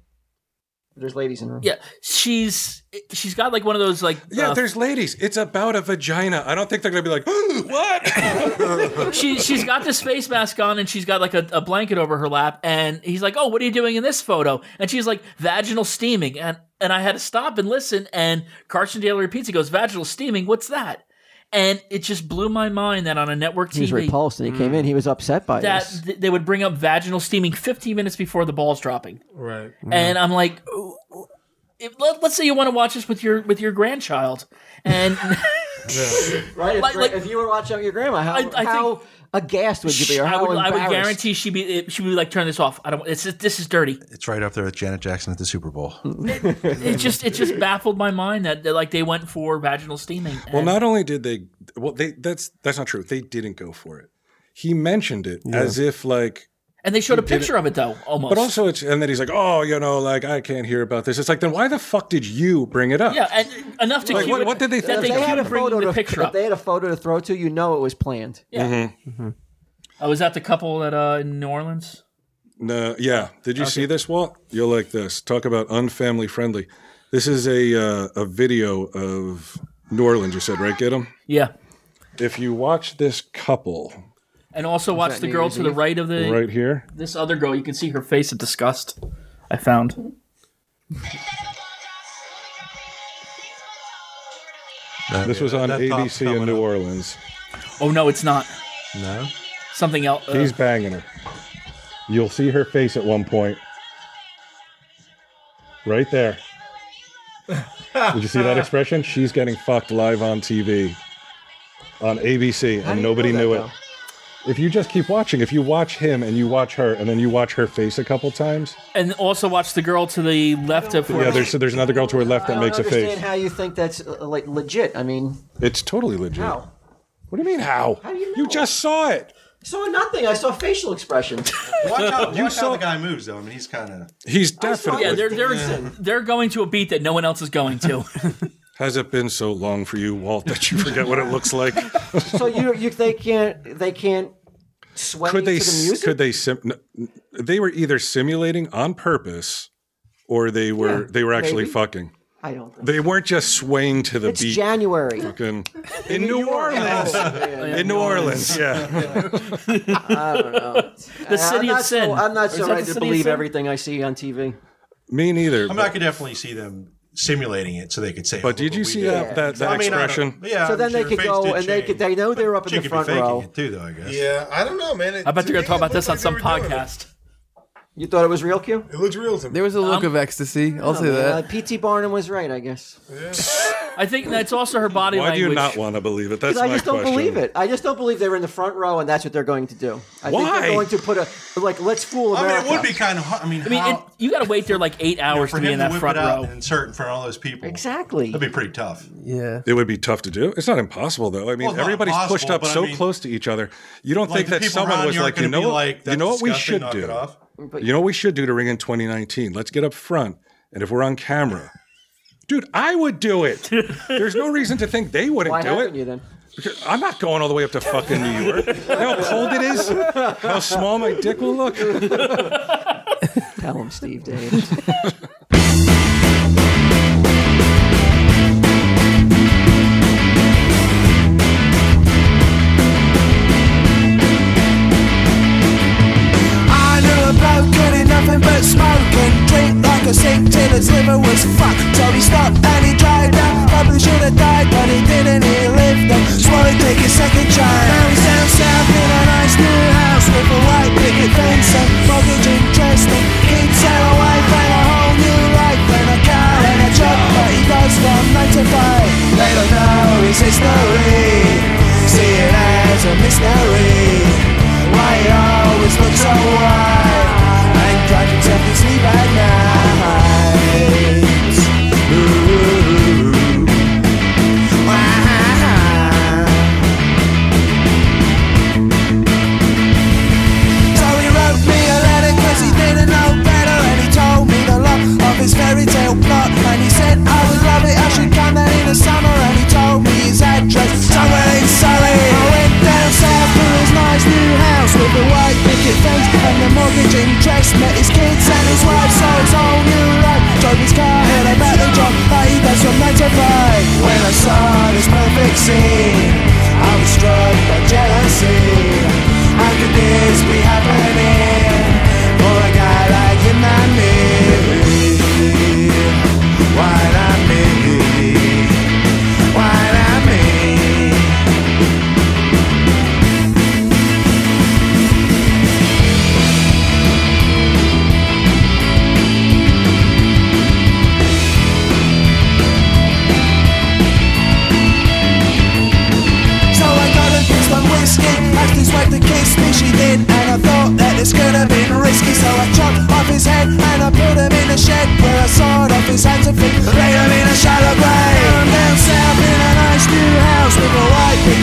there's ladies in the room. yeah, she's she's got like one of those like [LAUGHS] Yeah, [LAUGHS] uh, there's ladies. It's about a vagina. I don't think they're gonna be like, "Ooh, what? she she's got this face mask on and she's got like a, a blanket over her lap and he's like oh what are you doing in this photo and she's like vaginal steaming and and i had to stop and listen and carson daly repeats he goes vaginal steaming what's that and it just blew my mind that on a network He was tv repulsed, and he came in. He was upset by Mm. that this. th- they would bring up vaginal steaming 15 minutes before the ball's dropping Right. and i'm like "Ooh, ooh." if, let, let's say you want to watch this with your with your grandchild [LAUGHS] and Right? If, Like- like- if you were watching out with your grandma, how, I- I how aghast would you be? Or [LAUGHS] I how would, I would embarrassed? guarantee she'd be it- she'd be like turn this off i don't it's this is dirty It's right up there with Janet Jackson at the Super Bowl. it just it just baffled my mind that, that like they went for vaginal steaming. [LAUGHS] well, not only did they well, they that's that's not true. They didn't go for it. He mentioned it as if like and they showed a picture of it though, almost. but also it's and then he's like, Oh, you know, like I can't hear about this. It's like then why the fuck did you bring it up? yeah, and enough to Like, cue what- it- what did they that think? they If they, had a keep bringing photo the to, picture if up? they had a photo to throw to, you know it was planned. I Oh, was at the couple at uh, in New Orleans. No, yeah. Did you see this, Walt? You'll like this. Talk about unfamily friendly. This is a uh, a video of New Orleans. You said right, get them. Yeah, If you watch this couple and also watch that the New girl Year's to the Eve? right of the right here, this other girl. You can see her face of disgust. I found. this was on ABC in New Orleans. Oh no, it's not No, something else. Uh, He's banging her. You'll see her face at one point. Right there. Did you see that expression? She's getting fucked live on TV on ABC, do and you nobody know that, knew it. though? If you just keep watching, if you watch him and you watch her, and then you watch her face a couple times, and also watch the girl to the left of her. yeah, there's there's another girl to her left I that don't makes a understand face. how you think that's uh, like legit. I mean, It's totally legit. how? What do you mean how? How do you You know? just saw it. I saw nothing. I saw facial expressions. Watch [LAUGHS] how, you saw- the guy moves though. I mean, he's kind of. He's saw definitely. yeah, they're they're they're going to a beat that no one else is [LAUGHS] going to. Has it been so long for you, Walt, that you forget what it [LAUGHS] looks like? so you you they can't they can't sway could they to the s- music. could they sim- n- n- they were either simulating on purpose or they were they were actually maybe. fucking I don't. Think. they weren't just swaying to the It's beat January. fucking- in new orleans Oh, in new orleans [LAUGHS] yeah The city I'm of not sin. So, I'm not Or is so that right to the city of believe sin? everything I see on TV. me neither I mean, I could definitely see them simulating it so they could say. "Oh, but did you see that that, that I mean, I don't- expression yeah. So I'm then sure they could her face go did and they change. could they know they're up in She the could front be faking row. it too, though. I guess. Yeah, I don't know, man. It- I bet to they're me, going to talk it about this on looked some like they were doing podcast. You thought it was real, Q? It It looked real to me. There was a look of ecstasy. I'll say Uh, that. P.T. Barnum was right, I guess. I think that's also her body why do language. you not want to believe it that's Because I my just don't question believe it. I just don't believe they're in the front row, and that's what they're going to do. I think Why? they're going to put a like, let's fool I America. mean, it would be kind of. hard. I mean, I mean, how, it, you got to wait there like eight hours for to be him in to that whip front it out row. and insert in front of all those people. exactly. That'd be pretty tough. Yeah. it would be tough to do. It's not impossible, though. I mean, Well, it's not everybody's pushed impossible, up but I so mean- close to each other. You don't Like, think the that people someone around was aren't like, you gonna know be what, like, you "That's know what we disgusting, should knock do. it off." you know what we should do during in 2019? Let's get up front, and if we're on camera, [LAUGHS] dude, I would do it. There's no reason to think they wouldn't Why do haven't it. you then? Because I'm not going all the way up to fucking New York. You know how cold it is? How small my dick will look? Tell him, Steve Davis. I knew a bloke couldn't nothing but smoke and drink like a sick till his liver was fucked. So he stopped and he tried that. Probably should have died, but he didn't. He lived up. Swallowed, take a second try. Now he's down south in a nice new house with a white picket fence and mortgage interest. And keeps that away from a whole new life and a car and a job. But he goes from nine to five. They don't know his history. See it as a mystery. Why you always look so wide? I ain't got to sleep at night.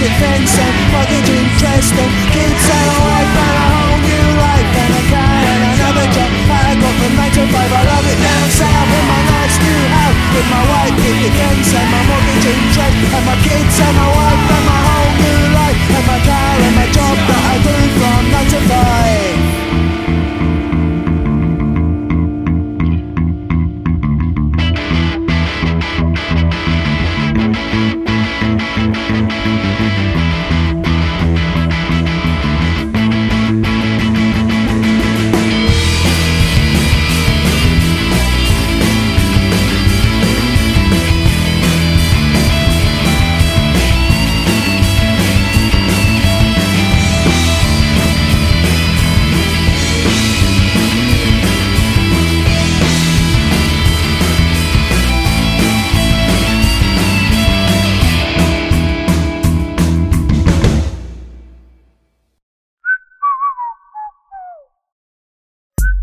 fucking dream dressed up. Kids and a wife and a whole new life and a car and another job. I go from nine to five. I love it down south in my nice new house with my wife in the guns and my mortgage interest and my kids and my wife and my whole new life and my car and my job that I do from nine to five.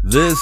This